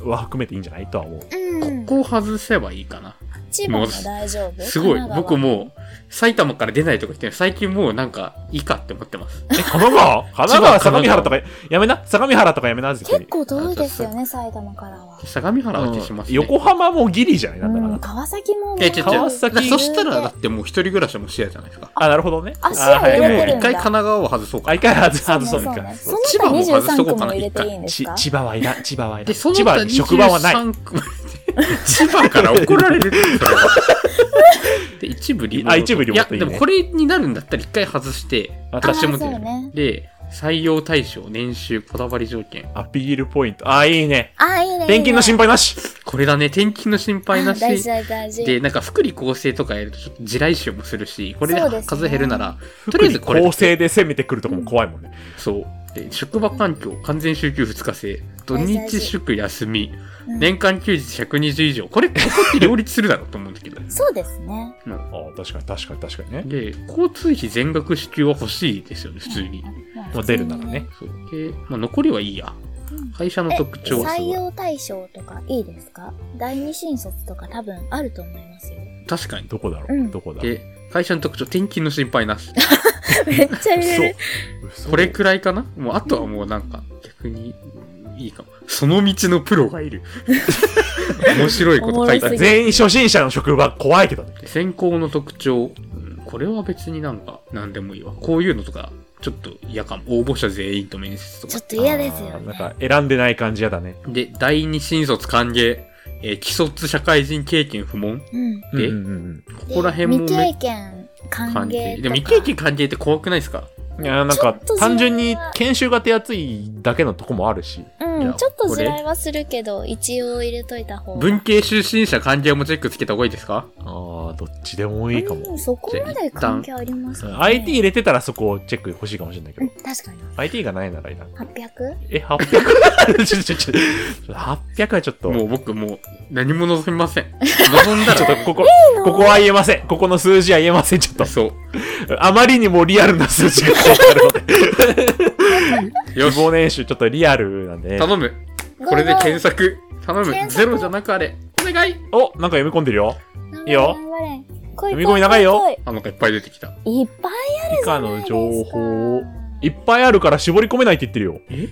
S2: は含めていいんじゃないとは思う。
S4: うん。
S3: ここを外せばいいかな。
S4: 千葉は大丈夫
S3: すごい。
S4: 神奈
S3: 僕
S4: 川
S3: もう、埼玉から出ないとか言ってる最近もうなんか、いいかって思って ます。
S2: え、神奈 川神奈川、相模原とか、やめな。相模原とかやめな、絶対
S4: 結
S2: に。
S4: 構遠いですよね、埼玉からは。
S3: 相模原は消します、ね
S2: 横浜もギリじゃないなんだか
S4: う
S2: ら
S4: ん、。川崎も。
S3: え違う違う
S2: 川崎
S3: だからそしたら、だ
S4: あ
S3: っ、てもう一人暮らしも視野じゃないですか。
S2: あ、なるほどね。
S4: あ視野
S2: あはい
S4: 入
S2: は
S4: れ
S2: い
S4: て
S2: は
S4: る
S2: い
S3: 一
S4: んだ
S3: 回神奈川を外そうか
S2: あ、
S3: な。
S2: 一回外
S4: そう
S2: 外
S4: ね
S2: そう
S4: そ
S2: 一
S4: う
S2: 回
S4: ね。
S2: 外そう
S3: 千葉も外
S4: その
S3: し
S4: 他
S3: とこう
S4: 23区
S3: かな
S4: も入れていいんです
S2: ち
S4: か
S2: 千葉はいらん、千葉はいらん。
S3: で、その
S2: 千葉
S3: 他
S2: に職場はない。
S3: 23区 千葉から怒られるってそれ は。で、一部リモート。
S2: あ一部リモートいい
S3: い
S2: ね
S3: や、でもこれになるんだったら一回外して、
S2: あ
S3: 出しても
S4: あそうね
S3: で、採用対象、年収、こだわり条件。
S2: アピールポイント。あ、いいね。
S4: あ、いいね。
S2: 転勤の心
S4: 配
S2: 配なし。
S3: これだね、転勤の心配なし。
S4: 大事大事大事。
S3: で、なんか福利厚生とかやるとちょっと地雷臭もするし、これ
S4: そうで
S3: です
S4: ね
S3: 数減るなら、とりあえずこれだ
S2: 構成で攻めてくるとこも怖いもんね。
S3: そう。で、職場環境、完全週休2日制、土
S4: 大
S3: 日
S4: 事
S3: 祝休み、
S4: うん
S3: 年間休日120以上。これ、ここって両立するだろうと思うんだけど。
S4: そうですね。
S2: あ確かに確かに確かにね。
S3: で、交通費全額支給は欲しいですよね、普通に。
S2: まあ、出るならね。。
S3: そう。で、まあ、残りはいいや
S4: うん。
S3: 会社の
S4: え、
S3: 特徴
S4: 採用対象とかいいですか第二新卒とか多分あると思いますよ。
S3: 確かに。
S2: どこだろ
S4: う
S2: うんどこだろう
S3: で、会社の特徴、転勤の心配なし。
S4: めっちゃ入れる。
S2: 嘘
S3: これくらいかなもう、あとはもうなんか、逆に、いいかも。その道のプロがいる。面白いこと書いてある。
S2: 全員初心者の職場怖いけどね。
S3: で選考の特徴、うんこれは別になんか何でもいいわこういうのとかちょっと嫌かも応募者全員と面接と
S4: ちょ
S3: か
S4: っと嫌です
S2: あ
S4: よ
S2: ー
S4: ね。
S2: なんか選んでない感じやだね。
S3: で第二新卒歓迎、えー既卒社会人経験不問
S4: うん。で
S3: で
S2: うんうん
S3: ここら辺も
S4: 未
S3: め
S4: 経験歓
S3: 歓
S4: 迎
S3: 迎で
S4: とか。
S3: も未経験歓迎って怖くないですか
S2: うん。いや、なん
S4: ちょ
S2: か
S4: っとそれは
S2: 単純に研修が手厚いだけのとこもあるし。
S4: う
S3: い
S4: ん、
S3: や
S4: ちょっと
S3: こ
S4: 地
S3: れ
S4: 雷はするけど、一応入れといた方が。
S3: 文系出身者歓迎もチェックつけた方がいいですか
S2: ああ、どっちでもいいか
S4: う
S2: も。
S4: ん、そこまで関係ありますか、ね、
S2: IT 入れてたらそこをチェック欲しいかもしれないけ
S4: うん、
S2: ど。
S4: 確かに。
S2: IT がないならいらん。
S4: 800?
S2: え、800? ちょちょちょ、800はちょっと。
S3: もう僕もう何も望みま せん望んだ
S2: ちょっと
S3: ら
S2: ここ、ここは言えません。ここの数字は言えません。ちょっと、
S3: そ
S2: あまりにもリアルな数字が書いてあるので、
S3: うよ
S2: 希
S3: し
S2: 望年収ちょっとリアルなんで。
S3: 頼むこれで検索頼む
S4: 検索
S3: ゼロじゃなくあれお願い
S2: お、なんか読み込んでるよ。
S4: 索
S2: いいよ
S4: 頑張れ。来
S2: 読み込み長いよ。
S4: 来い来
S3: あなんかいっぱい出てきた
S4: いいっぱい
S2: 以下
S4: ある
S2: の
S4: じゃない
S2: 情
S4: ですか。
S2: 報を、いっぱいあるから絞り込めないって言ってるよ。
S3: え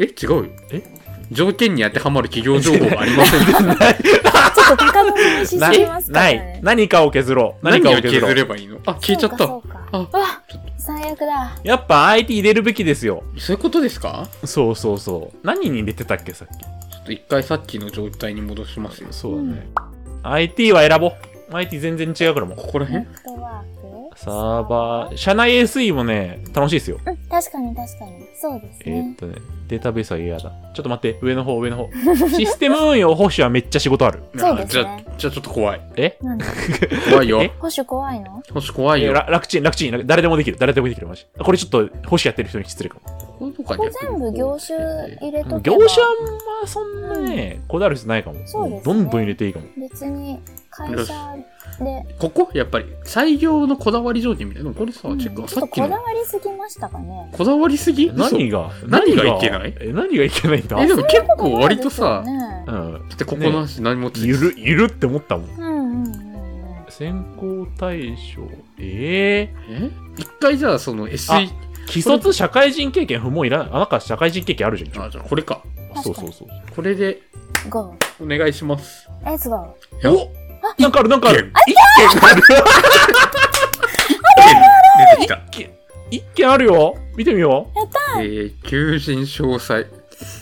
S3: え違うよ。
S2: え
S3: 条件に当てはまる企業情報がありませ んでした。
S4: ちょっと高止まりしすぎますか
S2: な
S4: ら
S2: い
S4: ね。。
S2: 何かを削ろう。何か
S3: 何を
S2: を削ろ
S3: 削れ
S2: う。
S3: ばいいのあ、消えちゃった。
S4: そ
S3: そう
S4: か
S3: あ
S4: そうか。うわ、最悪だ。
S2: やっぱ IT 入れるべきですよ。
S3: ういうことですか
S2: そうそうそう。何に入れてたっけ、さっき。
S3: ちょっと一回さっきの状態に戻しますよ。
S2: そうだね。IT は選ぼう。IT 全然違うからもう。
S3: ここら
S4: ネ
S3: 辺
S4: ットワーク
S2: サーバー、社内 SE もね、楽しいですよ。
S4: うん、確かに確かに。そうです
S2: えーっ
S4: ね。
S2: とね、データベースは嫌だ。ちょっと待って、上の方、上の方。システム運用保守はめっちゃ仕事ある。
S4: そうですね
S3: じゃあ、じゃあちょっと怖い。
S2: え
S4: なんだ
S3: 怖いよ
S2: え。
S4: 保守怖いの
S3: もし怖い
S2: え
S3: よ。
S2: ら楽ちん、楽ちん、誰でもできる、誰でもできる、マジ。これちょっと保守やってる人に失礼かも。
S3: こここか
S4: ここ全部業種入れとけば
S2: 業者はそんなね、こだわる必要ないかも。
S4: そうです
S2: ど
S4: ね
S2: んどん入れていいかも。
S4: 別に会社で、
S3: ここやっぱり。採用のこだわり条件みたいな。でもこれさ、
S4: うん
S3: チ
S4: ち
S3: ェッ
S4: ょ
S3: ク
S4: っ
S3: さ
S4: と
S3: っき
S4: こだ
S3: の。
S4: わりすぎましたかね。
S3: こだわりすぎ
S2: 何
S3: が
S2: が、
S3: 何がいけない
S2: え、何がいけないんだ
S3: え、でも結構割と
S4: そう
S3: さ
S4: です、よね
S2: うん。
S3: だってここの話何もついて
S2: ゆる、ゆるって思ったもん。
S4: うんうんうんうん。
S2: 選考対象、ええ
S3: え一回じゃあその SE、
S2: あ既卒社会人経験不問いらない。あ、なんか社会人経験あるじゃん一応
S3: あ、じゃあこれか。
S4: あ
S2: そうそうそう。
S3: これで
S4: Go.
S3: お願いします。
S4: Let's go.
S3: お
S2: なんかある、なんかある。一件ある。
S3: 出てきた。
S2: 一件あるよ。見てみよう。
S3: えー、求人詳細。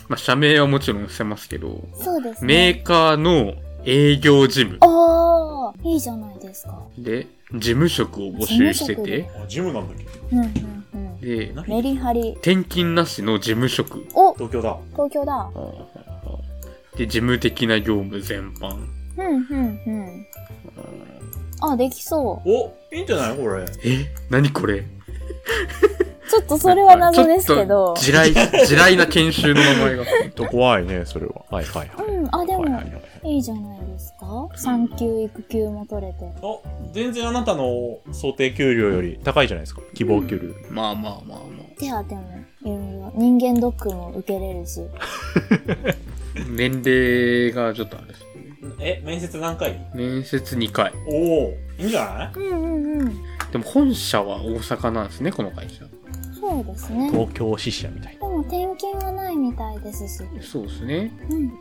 S3: まあ、社名はもちろん載せますけど、
S4: そうです
S3: メ
S4: ね。
S3: ーカーの営業事務
S4: おー、いいじゃないですか。
S3: で、事務職を募集してて、
S2: あ、ジムなんだっけ
S4: うんうんうん。
S3: で、
S4: メリハリ。
S3: 転勤なしの事務職。
S4: お、
S2: 東京だ。
S4: 東京だ。
S3: で、事務的な業務全般。
S4: うんうんうん。あ、できそ
S2: お、いいんじゃないこれ。
S3: え何これ
S4: う。ちょっとそれは謎ですけど。
S3: ちょっと地雷、地雷な研修の名前が。
S2: と怖いね、それは。はいはいはい。
S4: うん、あ、で
S2: はい
S4: も
S2: はい、はい
S4: いいじゃないですか。産休、育休も取れて。
S2: お全然あなたの想定給料より高いじゃないですか。希望給料。
S3: まあまあまあま
S4: 手当てもいろいろ。人間ドックも受けれるし。
S3: あ。年齢がちょっとあれですね。
S2: え、面接何回
S3: 面接2回。
S2: おおいいんじゃ
S4: うんうんうん。
S3: でも本社は大阪なんですね、この会社。
S4: そうですね。で
S2: 東京支社みたいな。
S4: も転勤はないみたいですし。
S3: そうですね。
S4: うん。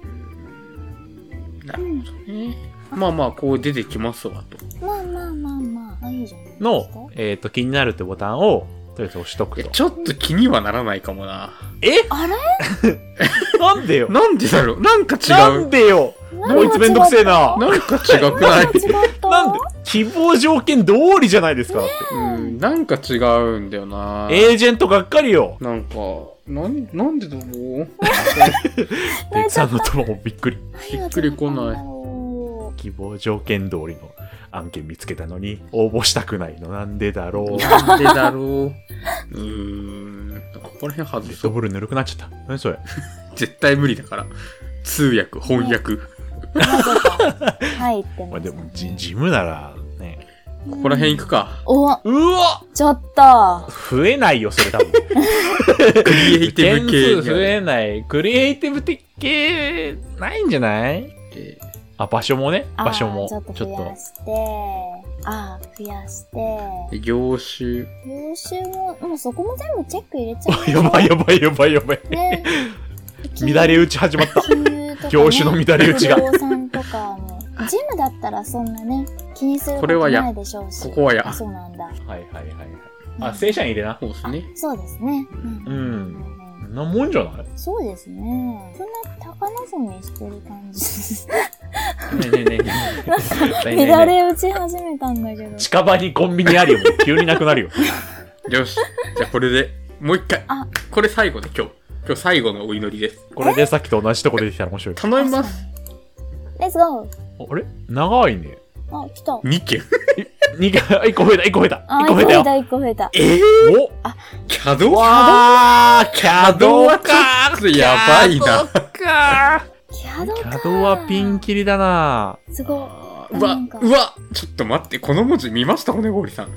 S3: なるほどね。まあまあ、こう出てきますわと。
S4: まあまあまあまあ。あ、いいじゃないですか。
S2: の、えっ、と、気になるってボタンを、とりあえず押しと
S3: い
S2: く
S3: や
S2: と。
S3: ちょっと気にはならないかもな。
S4: あれ
S2: なんでよ
S3: なんでだろう なんか違
S2: な。
S3: うん
S2: でよこ
S4: 何
S2: い
S4: が
S2: つ
S4: 違
S2: めんどくせえな
S3: なんか違くない
S4: 何が違った
S2: なんで希望条件通りじゃないですかだって。
S3: うん、なんか違うんだよな。
S2: エージェントがっかりよ
S3: なんか、なん、なんでだろう
S4: 泣
S2: で、
S4: いちゃ
S2: さ
S4: っ
S2: んのともびっくり。
S3: びっくりこない
S4: い。
S2: 希望条件通りの案件見つけたのに、応募したくないのなんでだろう。
S3: なんでだろう うーん。ここら辺外
S2: デッ
S3: そ
S2: ド
S3: う。
S2: ボールぬるくなっちゃった。何それ
S3: 絶対無理だから。通訳、翻訳。
S4: 入って
S2: まあ
S4: ます。
S2: でも、ジジムなら、ね。
S4: うん
S3: ここら辺行くか。
S4: お、
S2: うわ
S4: ちょっと。
S2: 増えないよ、それ多 分。
S3: クリエイティ
S2: 点
S3: ブ系
S2: 数
S3: に
S2: 増
S3: は
S2: えない。クリエイティブ的系、ないんじゃない
S3: え
S2: あ、場所もね。
S4: あー
S2: 場所も。
S4: ち
S2: ち
S4: ょ
S2: ょ
S4: っ
S2: っ
S4: と増や
S2: と。。
S4: して、あー増やして、
S3: ー業種。
S4: 優秀も、もうそこも全部チェック入れちゃ う
S2: やばいやばいやばいやばい。
S4: ね。
S2: 乱れ打ち始まった。
S4: 金融とかね
S2: 業種の乱れ打ちが
S4: 不動産とかも。ジムだったらそんなね、気にするこ
S3: これ
S4: と
S3: はや
S4: ないでしょうし。
S3: ここはや
S4: あそうなん だ。
S2: はいはいはいはい。あ、正社員入れな。
S3: そうです
S4: あ
S3: ね。
S4: そうですね。
S2: う
S4: うん
S2: ん。なもんじゃない
S4: そうですね。そんな高望みしてる感じです。
S2: ねえ ねえねえねえ
S4: 乱れ打ち始めたんだけど。
S2: 近場にコンビニあ るよ。急になくなるよ。
S3: よし。じゃあこれで、もう一回
S4: あ。
S3: これ最後で今日。今日最後のお祈りです。
S2: これでさっきと同じとこ出てきたら面白い。
S3: 頼みます。
S4: レッツゴー
S2: あれ長いね。
S4: あ、来た。
S3: 2件。
S2: 二個、1個増えた、1個増えた。
S4: あ、
S2: 1個増えた
S4: 増え
S2: よ
S4: た、。一個増えた。
S3: ええ
S2: お
S3: キャド
S2: わー、キャド
S3: は
S2: か
S3: ちょっとやばいな。
S2: か
S4: キャド
S2: キ
S4: か
S2: ャドはピンキリだな
S4: すごい。
S3: うわ
S4: なんか、
S3: うわ、ちょっと待って、この文字見ました骨氷さん。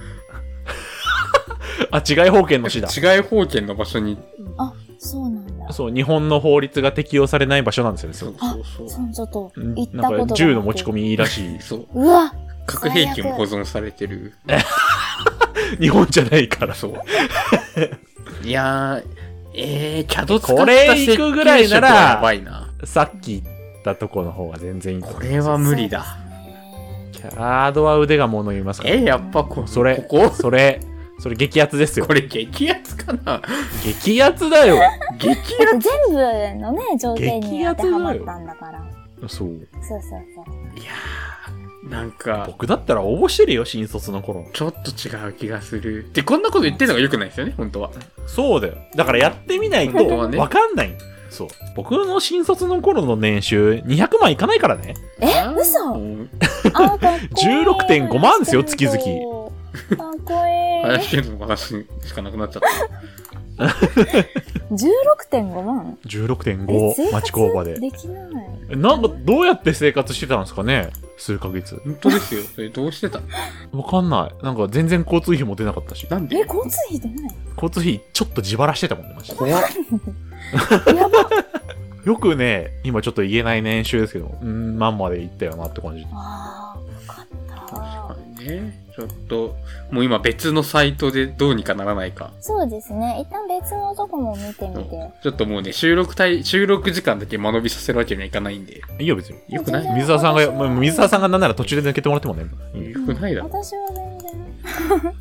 S2: あ、違い保険の 市だ。
S3: 違い方権の場所に。
S4: あ、そうなんだ。
S2: そう、日本の法律が適用されない場所なんですよね。そう
S3: そうそう
S4: そう、ちょっと、
S2: うん
S4: 行ったこ
S2: な
S4: とがなく
S2: んか銃の持ち込。みいいらしい。
S3: そう。
S4: うわ、
S3: 核兵器も保存されてる。
S2: 日本じゃない から、そう。
S3: いやー、えー、キャド使
S2: これ行くぐらいなら
S3: 設計書やばいな。
S2: さっき言ったとこの方が全然いいと思う
S3: これは無理だ。
S2: キャドは腕が物言いますから
S3: え。ー、やっぱこ
S2: それ、
S3: ここ
S2: それ、それ激アツですよ
S3: こ。れ激アツかな
S2: 激アツだよ。
S3: 激ア
S4: だって全部のね、条件に当てはまったんだから。
S2: そう。
S4: そうそうそう。
S3: ツ。いやー、なんか、
S2: 僕だったら応募してるよ、新卒の頃。
S3: ちょっと違う気がする。で、こんなこと言ってるのが良くないですよね、本当は。
S2: そうだよ。だからやってみない
S3: 本
S2: と、
S3: 当はね
S2: わかんない。そう。僕の新卒の頃の年収、200万いかないからね。
S3: え
S4: 嘘あ、かっこいい。
S2: 16.5万ですよ月々
S4: かっこいい。
S3: 林健の話しかなくなっちゃった。
S4: 16.5万え生
S2: 16.5、
S4: 活
S2: 町工場で。
S4: できない。
S2: なんか、どうやって生活してたんですかね数ヶ月。
S3: 本当ですよ。それどうしてた
S2: わかんない。なんか全然交通費も出なかったし。
S3: なんで
S4: え、交通費出ない
S2: 交通費ちょっと自腹してたもんね、マジで。
S3: 怖っ
S4: やば。
S2: よくね、今ちょっと言えない年収ですけど、うーん、まんまで行ったよなって感じ。
S4: あー、わか
S3: は
S4: っ
S3: いね。ちょっと、もう今別のサイトでどうにかならないか。
S4: た。そうですね。一旦別のとこも見てみて。
S3: ちょっともうね、収録対、収録時間だけ間延びさせるわけにはいかないんで。
S2: いいよ、別に。
S3: よくない
S4: 全然
S2: 水沢さんが、
S4: 私は
S2: まあ水沢さんがなんなら途中で抜けてもらってもね。いいよ
S3: よくないだろ。こ
S4: 私は全然。
S3: れ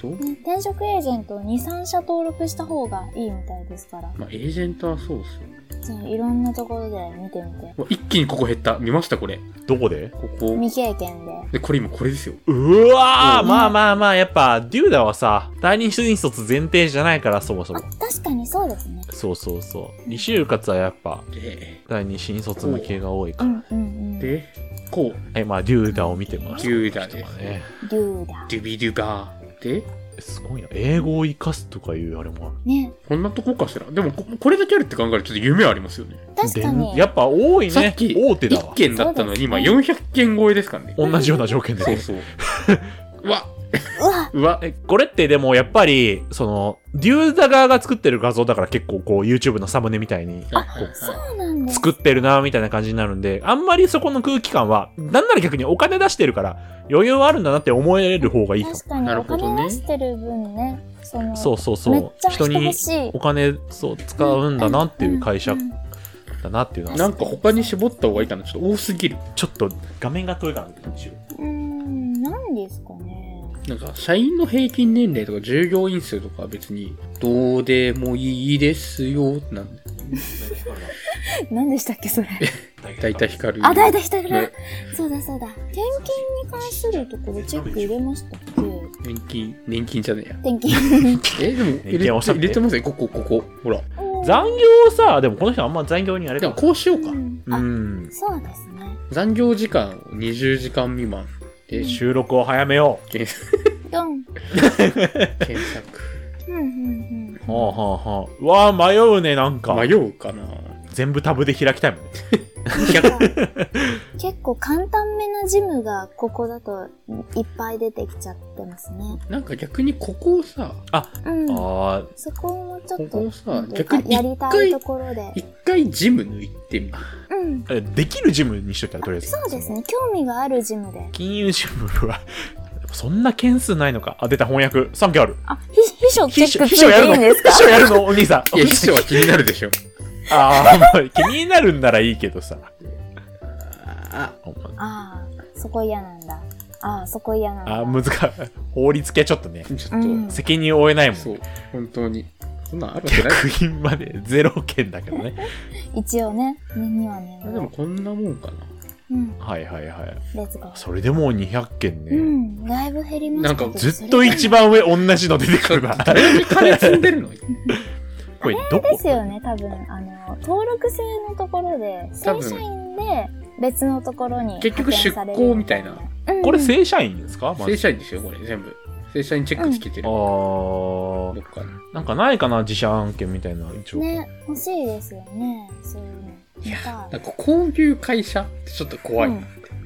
S3: どう
S4: ね、転職エージェントを2、3社登録した方がいいみたいですから。
S3: まあ、エージェントはそうっすよ。
S4: じゃあ、いろんなところで見てみて。
S3: うわ一気にここ減った。見ましたこれ。
S2: どこで
S3: ここ。
S4: 未経験で。
S3: で、これ今これですよ。
S2: うわー、
S4: うん
S2: まあまあまあ、やっぱ、デューダはさ、第二新卒前提じゃないから、そもそ
S4: あ
S2: も。、
S4: 確かにそうですね。
S2: そうそうそう。履修活はやっぱ、
S3: で、
S2: 第二新卒の系が多いか
S4: う
S2: ら。
S4: んうんうん。デ
S3: で、こ
S2: え、まあ、デューダを見てもら
S3: う、
S2: う。
S3: デューダですね
S2: ね。。
S4: ューだ。
S3: デュビデュガー。で、
S2: すごいな。英語を活かすとかいうあれもある。
S4: ね、
S3: こんなとこかしら。でもこ、これだけあるって考えるとちょっと夢ありますよね。
S4: 確か
S2: で
S4: に。
S2: んやっぱ多い
S3: さっ
S2: ね。
S3: き
S2: 大手だ
S3: 1
S2: わ。
S3: 件だったのに今400件超えですからね。
S2: 同じような条件で
S3: そう
S2: ね。
S3: そう。うわ、
S4: うわ、
S3: うわ、
S2: えこれってでもやっぱり、その、デューザ側が作ってる画像だから結構こう YouTube のサムネみたいにこ
S4: そうなん
S2: う
S4: です。
S2: 作ってるなみたいな感じになるんで、あんまりそこの空気感は、なんなら逆にお金出してるから余裕はあるんだなって思える方がいいかも。
S4: 確かに
S3: なる
S4: お
S3: ほどね
S4: 金出してる分ね、その、
S2: そうそう
S4: め
S2: そ
S4: っちゃ
S2: う。人
S4: して
S2: に
S4: ほしい
S2: お。金そう使うんだなっていう会社
S4: んん
S2: だなっていうの
S3: な
S2: は、
S3: んか他に絞った方がいいかな。ちょっと多すぎる。
S2: ちょっと画面が遠いから見しろ
S4: うん、なんですか ね。
S3: なんか、社員の平均年齢とか従業員数とかは別に、どうでもいいですよ、なんで。
S4: 何でしたっけ、それ。
S3: 大体光る。
S4: あ、だいたいひたぐら
S3: ね。
S4: そうだそうだ。転勤に関するところチェック入れましたっけ
S3: 年金、年金じゃねえや。
S4: 転 勤。
S3: え、 でも入
S2: 年金
S3: れ
S2: 押した
S3: て
S2: っけ
S3: 入れてますね。ここ、ここ。ほら。
S2: 残業さ、でもこの人あんま残業にあれ
S3: で
S2: だ
S3: もこうしようか
S4: う。ん
S2: う
S4: あ、
S2: ん。
S4: そうですね。
S3: 残業時間を20時間未満で
S4: うん
S2: 収録を早めよう。
S3: 検索。
S4: ドン。
S3: 検索
S4: うんうんうん。
S2: はあはあはあ。うわあ、迷うね、なんか。
S3: 迷うかな
S2: 全部タブで開きたいもん。
S4: 結構簡単めなジムがここだといっぱい出てきちゃってますね。
S3: なんか逆にここをさ、
S4: うん。
S2: ああ、
S4: そこもちょっ、
S3: こことさ
S4: なんていう
S3: 逆
S4: か
S3: に一
S4: や
S3: 回
S4: りたいところで。
S3: 一回ジム抜いてみる。
S4: うん。
S2: えできるジムにしといたらとりあえず。
S4: そうですね。興味があるジムで。
S2: 金融ジムは、 そんな件数ないのか。あ、出た翻訳。3件ある。
S4: あ、ひ秘書チェック
S2: 秘
S4: つけ
S2: 書や
S4: てい
S2: るの
S4: いんです
S2: 秘
S4: か
S2: 書やるのお兄さん。
S3: いや、秘書は気になるでしょ。
S2: ああ、もう気になるんならいいけどさ。
S3: あ
S2: お前
S4: ああ、そこ嫌なんだ。ああ、そこ嫌なんだ。
S2: あー、難しい。法律系ちょっとね
S3: あ、。ち
S4: う
S3: ょっと、
S4: ん。
S2: 責任を負えないもん。
S3: そう、本当に。そんなんあるわけない。
S2: 役員までゼロ件だけどね。
S4: 一応ね、目にはね。
S3: でもこんなもんかな。
S4: うん、
S2: はいはいはい。
S4: 列が。
S2: それでもう200件
S4: う
S2: ね。
S4: ん、だいぶ減りましたけど
S3: なんか
S2: ずっと一番上同じの出てくるな。
S3: 誰に金積んでる の
S2: これど
S4: それで
S2: こ
S4: すよね、多分、あの、登録制のところで、
S3: 多
S4: 正
S3: 分
S4: 社員で別のところに
S3: 結局
S4: 派遣される
S3: 出向みたいな。
S4: うん、
S2: これ正社員ですかまず
S3: 正社員ですよ、これ、全部。正社員チェックつけてる。
S2: あ
S3: ど
S2: ー
S3: っかに。
S2: なんかないかな自社案件みたいな一応、
S4: ね、欲しいですよね、そういうの。
S3: いや
S4: なん
S3: な
S4: か
S3: んかこういう会社ってちょっと怖い。
S4: うん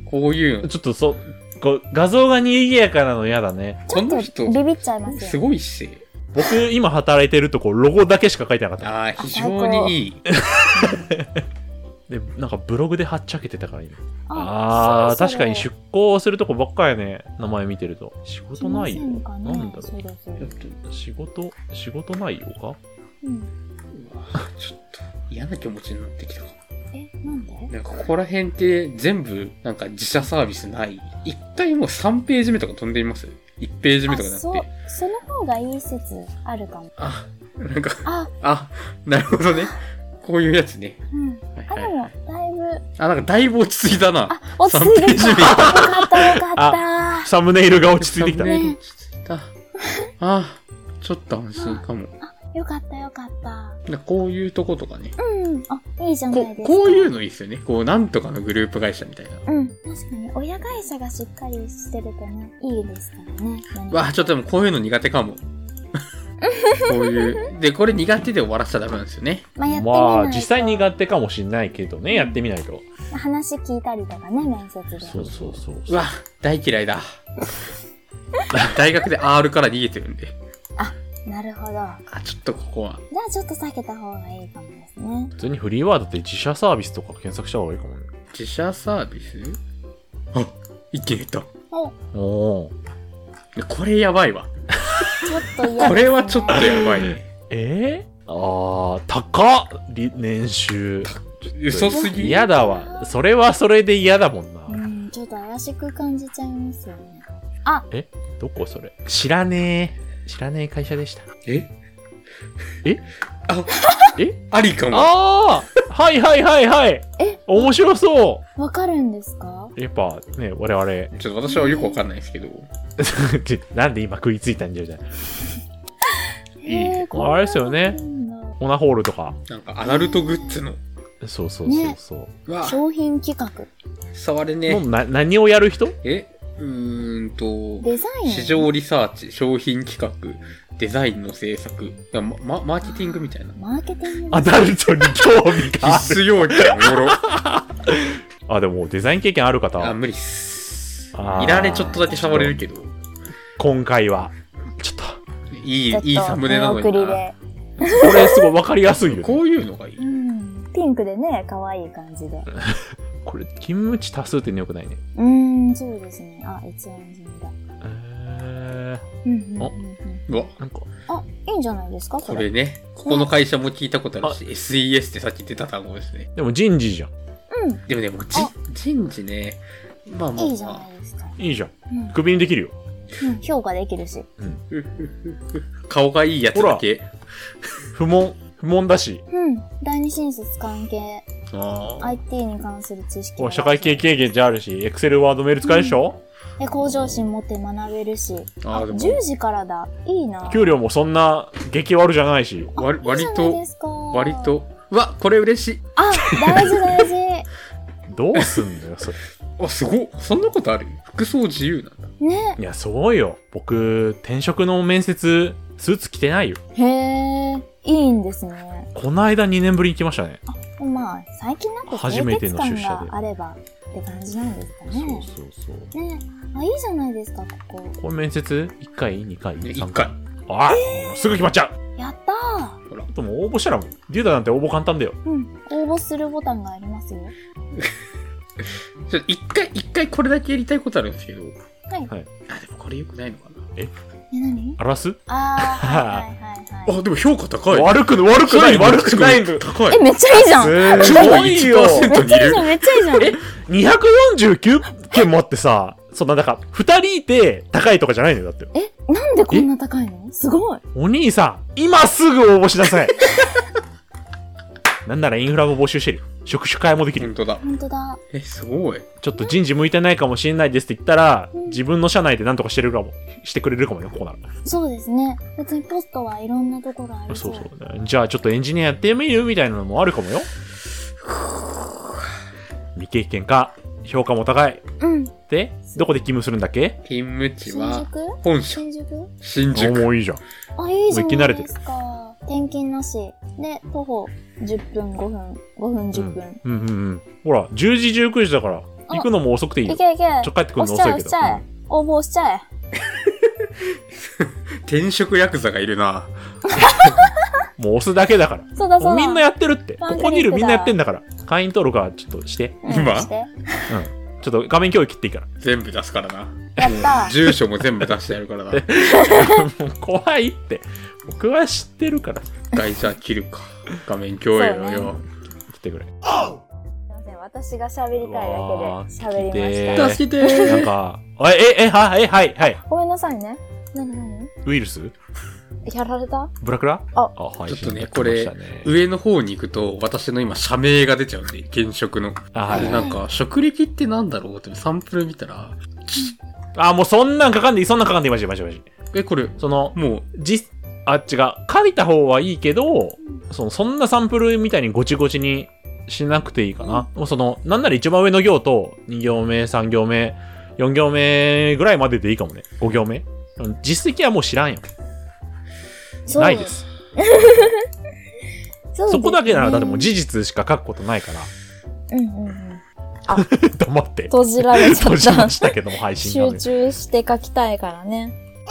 S3: こういうの。
S2: ちょっとそこう画像が賑やかなの嫌だね
S4: ちょ
S3: この
S4: っと
S3: 人
S4: ビビっちゃいますよね。
S3: すごい姿勢。
S2: 僕今働いてるとこロゴだけしか書いてなかった
S3: ああ、非常にいい。
S2: でなんかブログではっちゃけてたから今あ
S4: あ
S2: ー
S4: そうそ
S2: 確
S4: う
S2: かに出向するとこばっかやね名前見てると仕
S4: し
S2: 事
S4: ま
S2: な
S4: せ
S2: いよ
S4: んかね
S2: なんだろ
S4: そうですよ
S3: ちょっと、
S2: う仕事仕事ないよか
S4: うん。
S3: うわちょっと嫌な気持ちになってきたかも
S4: え、なんで
S3: なんかここら辺って全部なんか自社サービスない。一回もう3ページ目とか飛んでみます ?1 ページ目とか
S4: あ
S3: な
S4: そう
S3: って。、
S4: その方がいい説あるかも。
S3: あ、なんか、
S4: あ、
S3: あ、なるほどね。こういうやつね。
S4: うん。
S3: はい
S4: あ、
S3: は
S4: で
S3: いはい
S4: も、だいぶ、
S3: あ、なんかだいぶ落ち着いたな。
S4: あ、落ち着い
S3: 三ペ
S4: てきた。よ
S3: ージ目
S4: かった、よかった。
S2: サムネイルが落ち着いてきた
S3: サム
S2: ね
S3: ネイル落ち着いた。あ、ちょっと安心かも。
S4: よかった、よかった。
S3: なんかこういうとことかね。
S4: うん。あ、いいじゃな
S3: こ
S4: いですか。
S3: こういうのいいですよね。こう、なんとかのグループ会社みたいな。
S4: うん。確かに、親会社がしっかりしてるとね、いいですからね。
S3: わあ、ちょっとでもこういうの苦手か も。こういう。で、これ苦手で終わらせちゃダメなんですよね。
S4: まあ、やってみないと、
S2: まあ実際苦手かもしんないけどねやってみないと
S4: 話聞いたりとかね、面接で。
S2: そうそうそう
S3: うわ、大嫌いだ。 大学で R から逃げてるんで。
S4: なるほど。じゃ
S3: あ、ちょっとここは。
S4: あ、ちょっと避けた方がいいかもですね。
S2: 普通にフリーワードって自社サービスとか検索した方がいいかもね
S3: 自社サービスあ、一気に減った。
S4: お、ち
S2: おお
S3: これやばいわ。
S4: ょっと嫌です、ね。
S3: これはちょっとやばいね。
S2: えー、あー高っり年収
S3: 嘘すぎ。
S2: 嫌だわそれはそれで嫌だもんな、
S4: うん、ちょっと怪しく感じちゃいますよね。あ、
S2: どこそれ知らねえ知らねえ会社でした
S3: え
S2: え
S3: あ、
S2: え
S3: ありかも。
S2: ああはいはいはいはい
S4: え
S2: 面白そ
S4: わかるんですか
S2: うやっぱね我々
S3: ちょっと私はよくわかんないですけど。
S2: なんで今食いついたんじゃじゃ
S3: いい
S4: えーこんなの
S2: あれですよね
S4: あるんだ
S2: オナホールとか
S3: なんかアダルトグッズの。
S2: そうそうそうそう、
S3: うわ、
S4: 商品企画。
S3: 触れ
S2: も
S3: ね
S2: うな何をやる人
S3: え。えうーんと。
S4: デザイン。
S3: 市場リサーチ、商品企画、デザインの制作、いやま、まマーケティングみたいな。
S4: マーケティング。
S2: アダルトに興味がある
S3: 必須要件おもろ。
S2: あでもデザイン経験ある方
S3: あ、無理っす。
S2: あー
S3: いられちょっとだけ触れるけど。
S2: 今回は。ちょっと、
S3: いい
S4: ちょっ、と
S3: いいサムネなの
S4: 見送
S3: にな。
S4: りで。
S2: これすごいわかりやすいよ、ね。
S3: こういうのがいい。
S4: うん。ピンクでね、可愛い感じで。
S2: これ、勤務地多数点でよくないね。
S4: うーん、そうですね。あ、一円済みだ。
S2: え
S4: うんうんうん
S2: お
S4: うん。
S3: うわ、
S2: ー、なんか、
S4: あ、いいんじゃないですかこ
S3: こ
S4: れ。
S3: れね。ここの会社も聞いたことあるし、SES ってさっき言ってた単語ですね。
S2: でも人事じゃん。
S4: うん。
S3: でもね、もうじ
S4: あ
S3: 人事ね。まあまあ
S4: いいじゃ
S3: ま
S4: ないですか。
S2: いいじゃん。
S4: うん
S2: クビにできるよ。
S4: うん。評価できるし。
S3: あ、顔がいいやつだけ。
S2: 不問、不問だし、
S4: うん。第二進出関係、
S3: ああ
S4: IT に関する知識
S2: こ
S4: も。
S2: う社会系経験じゃあるし、エクセルワードメール使えるでしょ、
S4: で、向上心持って学べるし。
S3: あ
S4: あ、
S3: ーでも
S4: 10時からだ。いいな。
S2: 給料もそんな激悪じゃないし。
S4: あ
S3: 割
S4: いい
S3: 割
S4: じゃない
S3: と
S4: で、すか
S3: 割。と。うわ、これ嬉しい。
S4: あ、大事大事。
S2: どうすんだよ、 それ。
S3: あ、すごっ。そんなことある服装自由なんだ。
S4: ね。
S2: いや、そうよ。僕、転職の面接、スーツ着てないよ。
S4: へえ、いいんですね。
S2: この間2年ぶりに来ましたね。
S4: まあ、最近なんか
S2: 初めての出社で
S4: 清潔感があればって感じなんですかね。
S2: そうそう。
S4: ねあ、いいじゃないですか、ここ。
S2: これ面接 ?1 回 ?2 回
S3: ね、
S2: ?3
S3: 一
S2: 回
S3: 回。
S2: あ、もうすぐ決まっちゃう
S4: やったー
S3: ほら。
S2: でも応募したらもう、デューダなんて応募簡単だよ。
S4: うん。応募するボタンがありますよ。
S3: ちょっと一回、一回これだけやりたいことあるんですけど。
S4: はい。
S2: はい
S3: あ、でもこれ良くないのかな。
S4: え、何
S2: あらす
S4: あー、はいはい はい、は
S3: あ、でも評価高い。
S2: 悪くな、悪くない、悪くない。
S3: 高
S4: い。え、めっちゃいいじゃんめっ
S2: す
S3: 超
S2: ごいよ。
S3: 1%
S4: ちゃいいじ ゃん、めっちゃいいじゃん。
S3: え
S2: 249件もあってさ、そんな、だから、2人いて高いとかじゃないのよ、だって。
S4: え、なんでこんな高いのすごい。
S2: お兄さん、今すぐ応募しなさい。なんならインフラも募集してるよ。職種会もできるよ。
S3: 本当だ。
S4: ほんとだ。
S3: え、すごい。
S2: ちょっと人事向いてないかもしれないですって言ったら、
S4: うん
S2: 自分の社内で何とかしてるかも、してくれるかもね、ここなら。
S4: そうですね。別にポストはいろんなところありそ。
S2: そううそう。じゃあちょっとエンジニアやってみるみたいなのもあるかも よ。未経験か、評価も高い。
S4: う。うん。
S2: で、どこで勤務するんだっけ
S3: 勤務地
S4: 新
S3: は、
S4: 宿
S3: 本社、
S4: 新宿
S3: 新
S2: あ
S3: 宿。
S2: もういいじゃん。
S4: あ、いいじゃ
S2: もう生き慣
S4: な
S2: れ
S4: い
S2: てる
S4: ですか。転勤なし。で、徒歩10分、5分、5分、10分。
S2: うんうんうん。ほら、10時19時だから、
S4: あ
S2: 行くのも遅くていい
S4: い
S2: よ。
S4: けいけ
S2: ちょ、帰ってくるの
S4: 押しちゃ
S2: 遅
S4: え、
S2: い
S4: 押
S2: け
S4: し
S2: ど
S4: ち。ゃえ。応募しちゃえ。
S3: 転職ヤクザがいるな。
S2: うんもう押すだけだから。
S4: そうだそうだ。
S2: みんなやってるって。
S4: ワン
S2: こ
S4: ク
S2: こ
S4: リックだ
S2: にいるみんなやってんだから。会員登録はちょっとして。
S4: うん
S3: 今
S4: して
S2: ちょっと画面共有切って いいから。
S3: 全部出すからな。
S4: やった
S3: 住所も全部出してや るからな。
S2: もう怖いって。僕は知ってるから。
S3: 会社切るか。画面共有のよ。
S2: 切ってくれ。
S4: すいません私が喋りた
S2: わー
S4: いだけで喋りま
S2: 聞
S4: し
S2: きてー
S3: 助けて
S2: なんか、あえ、え、え、はい、え、はい、はい。
S4: た。ごめんなさいね。なになに
S2: ウイルス
S4: やられた
S2: ブラクラ
S4: あ
S2: はい。
S3: ちょっとね
S2: 死んでましたね
S3: 上の方に行くと、私の今、社名が出ちゃうんで、現職の。
S2: あ、はい
S3: で、
S2: はい。
S3: なんか、職歴ってなんだろうってサンプル見たら、
S2: あ、もうそんなんかかんでいい、そんなんかかんでいい、マジでマジでマジで。
S3: え、これ、
S2: その、
S3: も
S2: 実、あ、違う。書いた方はいいけど、その、そんなサンプルみたいにごちごちにしなくていいかな。もうその、なんなら一番上の行と、2行目、3行目、4行目ぐらいまででいいかもね。5行目。うん実績はもう知らんよ。
S4: そう
S2: ないです。
S4: そうです
S2: そこだけなら、だってもう
S4: ね
S2: 事実しか書くことないから、
S4: うんうんうん。
S2: 黙って。
S4: 閉じられちゃ
S2: 閉
S4: っ
S2: じ
S4: た
S2: ま。したけども、配信画
S4: 集
S2: 面。
S4: 中して書きたいからね。
S3: う、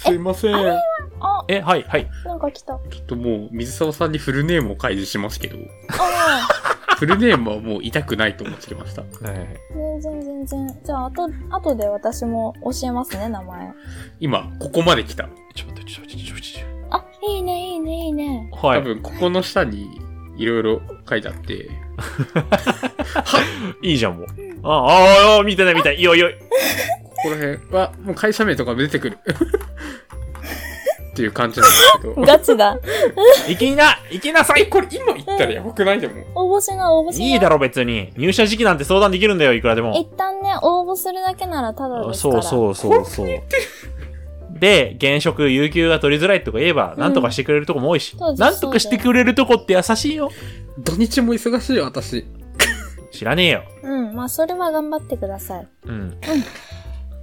S3: すいません。ち
S2: え、はい、はい。
S4: なんか来た。あ
S3: ょっともう、水沢さんにフルネームを開示しますけど、
S4: あ
S3: フルネームはもう痛くないと思ってきました。
S4: ー、全然全然。じゃあ、あと、あとで私も教えますね、名前。
S3: 今、ここまで来た。
S2: ちょっと、ちょっと、ちょっと、ちょっ
S4: あ、いいね、いいね、いいね。
S2: と。は
S3: 多
S2: い。
S3: 分、ここの下に、いろいろ書いてあって、
S2: いいじゃん、もう。ああ、ああ、見てない、見てない。いいよ、いいよ。
S3: ここら辺は、もう会社名とかも出てくる。っていう感じなんですけ ど。
S4: ガ チだ。
S2: 行きな、行きなさ
S3: え、
S2: い
S3: これ今言ったらやばくないでも。
S4: 応募しな、応募しな。
S2: いいだろ、別に。入社時期なんて相談できるんだよ、いくらで
S4: 一
S2: も。
S4: 旦ね、応募するだけならただです
S2: そ
S4: から。
S2: うそうそうそう。で、現職、有給が取りづらいとか言えば、なんとかしてくれるとこも多いし
S4: そうで、す
S2: なんとかしてくれるとこって優しいよ。
S3: 土日も忙しいよ、私。
S2: 知らねえよ。
S4: うん、まあそれは頑張ってください。
S2: うん。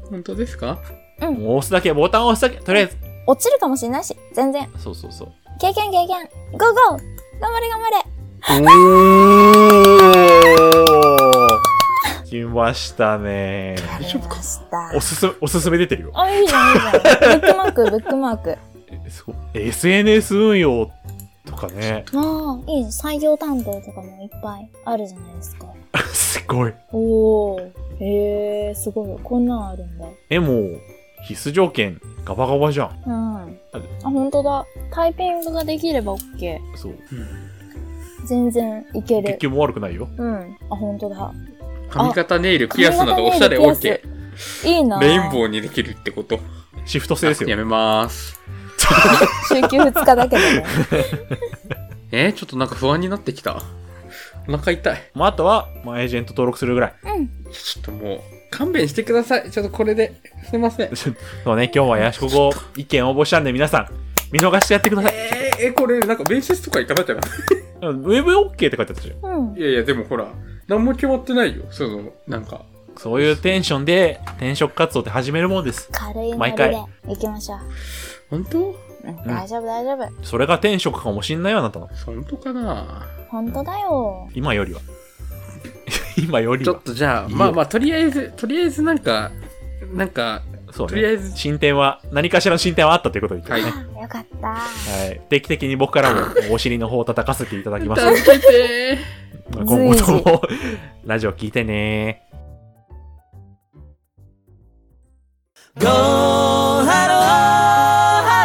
S3: 本当ですか
S2: もう押すだけ、ボタンを押すだけ、とりあえず。
S4: 落ちるかもしれないし、全然。
S2: そうそうそう。
S4: 経験経験。ゴーゴー頑張れ頑張れ
S2: おーきましたね。
S4: ありました。
S2: おすすめ、おすすめ出てるよ。
S4: あ、いいじゃん、いいじゃん。ブックマーク、ブックマーク。
S2: えすごい SNS 運用とかね。
S4: ああ、いいじゃん。採用担当とかもいっぱいあるじゃないですか。
S2: すごい。
S4: おー。へえー、すごい。こんなんあるんだ。
S2: え、もう、必須条件、ガバガバじゃん。
S4: うん。あ、本当だ。タイピングができれば OK。
S2: そう。
S4: 全然いけ
S2: 結
S4: る。
S2: 局も悪くないよ。
S4: うん。あ、本当だ。
S3: 髪型、ネイル、ピアスな
S4: 髪型
S3: ど
S4: ネイ
S3: お
S4: ル
S3: しゃれ
S4: ピアス
S3: OK。レ
S4: いいな
S3: イン
S4: ー。
S3: ボーにできるってこと。
S2: シフト制です
S3: や
S2: よ。
S3: めまーす。
S4: 週休2日だけどね。
S3: えー、ちょっとなんか不安になってきた。お腹痛い。
S2: まあ、あとは、まあ、エージェント登録するぐらい。
S3: ちょっともう、勘弁してください。ちょっとこれで。すいません。
S2: そうね、今日はヤシコ語意見応募したんで、皆さん、見逃してやってください。
S3: えー、えこれなんか面接とか行かなきゃな。
S2: ウェブ OK って書いてあったじゃん。
S4: うん
S3: い。やいや、でもほら、何も決まってないよ。その、なんか。
S2: そういうテンションで、転職活動って始めるもんです。
S4: 軽いノリ
S2: 毎
S4: で
S2: 回
S4: 行きましょう。
S3: 本当
S4: うん、大丈夫、大丈夫。
S2: それが転職かもしんないよ、あなたの。
S3: 本当かな
S4: 本当だよ。
S2: 今よりは。 今より
S3: ちょっ
S2: は。
S3: とじゃあ、
S2: いいよ
S3: まあまあ、とりあえず、とりあえずなんか、なんか、
S2: そう
S3: とりあ
S2: ね。
S3: えず
S2: 進展は、何かしらの進展はあったということを言って
S3: はい
S2: ね。
S4: あよかった。
S2: はい。定期的に僕からもお尻の方を叩かせていただき ます。
S3: 助けて
S2: 今後とも、 ラジオ聞いてね
S1: ゴーハ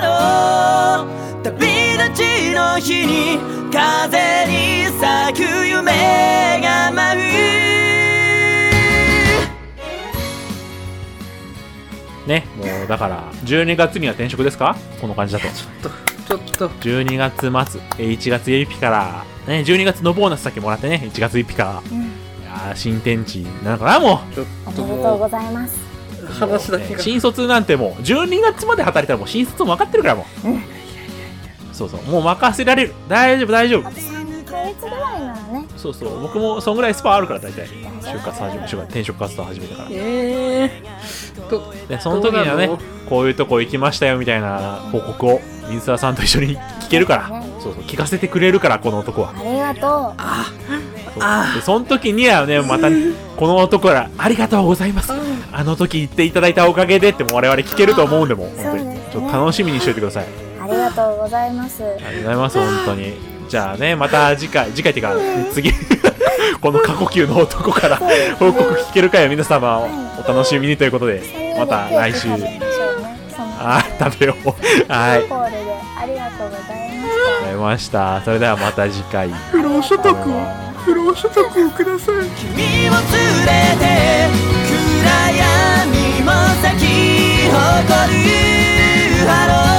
S1: ローハロー旅立ちの日に風に咲く夢が舞
S2: ね、もうだから、12月には転職ですかこの感じだと。
S3: ちょっと、
S2: 12月末、えー1月1日から、ね、12月のボーナス先もらってね、1月1日から、
S4: うん。
S2: いやー新天地なのかな、も
S3: ちょっ
S4: おめ
S3: と
S4: でとう
S3: も
S4: ございます。
S3: う、
S2: う。
S3: 話だ
S2: も
S3: け
S2: う
S3: が
S2: ね。新卒なんてもう、12月まで働いたらもう新卒も分かってるからもう。そうそう、もう任せられる。大丈夫、大丈夫
S4: あ。と3ヶ月ぐらいならね。
S2: そうそう、僕もそんぐらいスパーあるから、大体。就活始め、就活転職活動始めたから。
S3: ええと、
S2: でその時にはね
S3: どうな
S2: こういうとこ行きましたよみたいな報告を水沢さんと一緒に聞けるからそうそう聞かせてくれるからこの男は
S4: ありがとう。
S2: そうでその時にはねまたこの男から「ありがとうございますあの時言っていただいたおかげで」ってもう我々聞けると思うんでもう本当
S4: そうで
S2: に
S4: すね
S2: ちょっと楽しみにしといてください
S4: ありがとうございます。
S2: ありがとうございます本当にじゃあねまた次回次回っていうか次 この過呼吸の男から報告聞けるかよ皆様をお楽しみにということでまた来週
S4: 食べましょうね。その
S2: あー食べようは
S4: ア
S2: い
S4: ルコールでありがとうござ
S2: あり
S4: いま
S2: がとうございました。それではまた次回。
S4: した。不労所得
S3: 不労所得を
S1: 君を
S3: ください。
S1: 連れて暗闇も咲き誇るハロー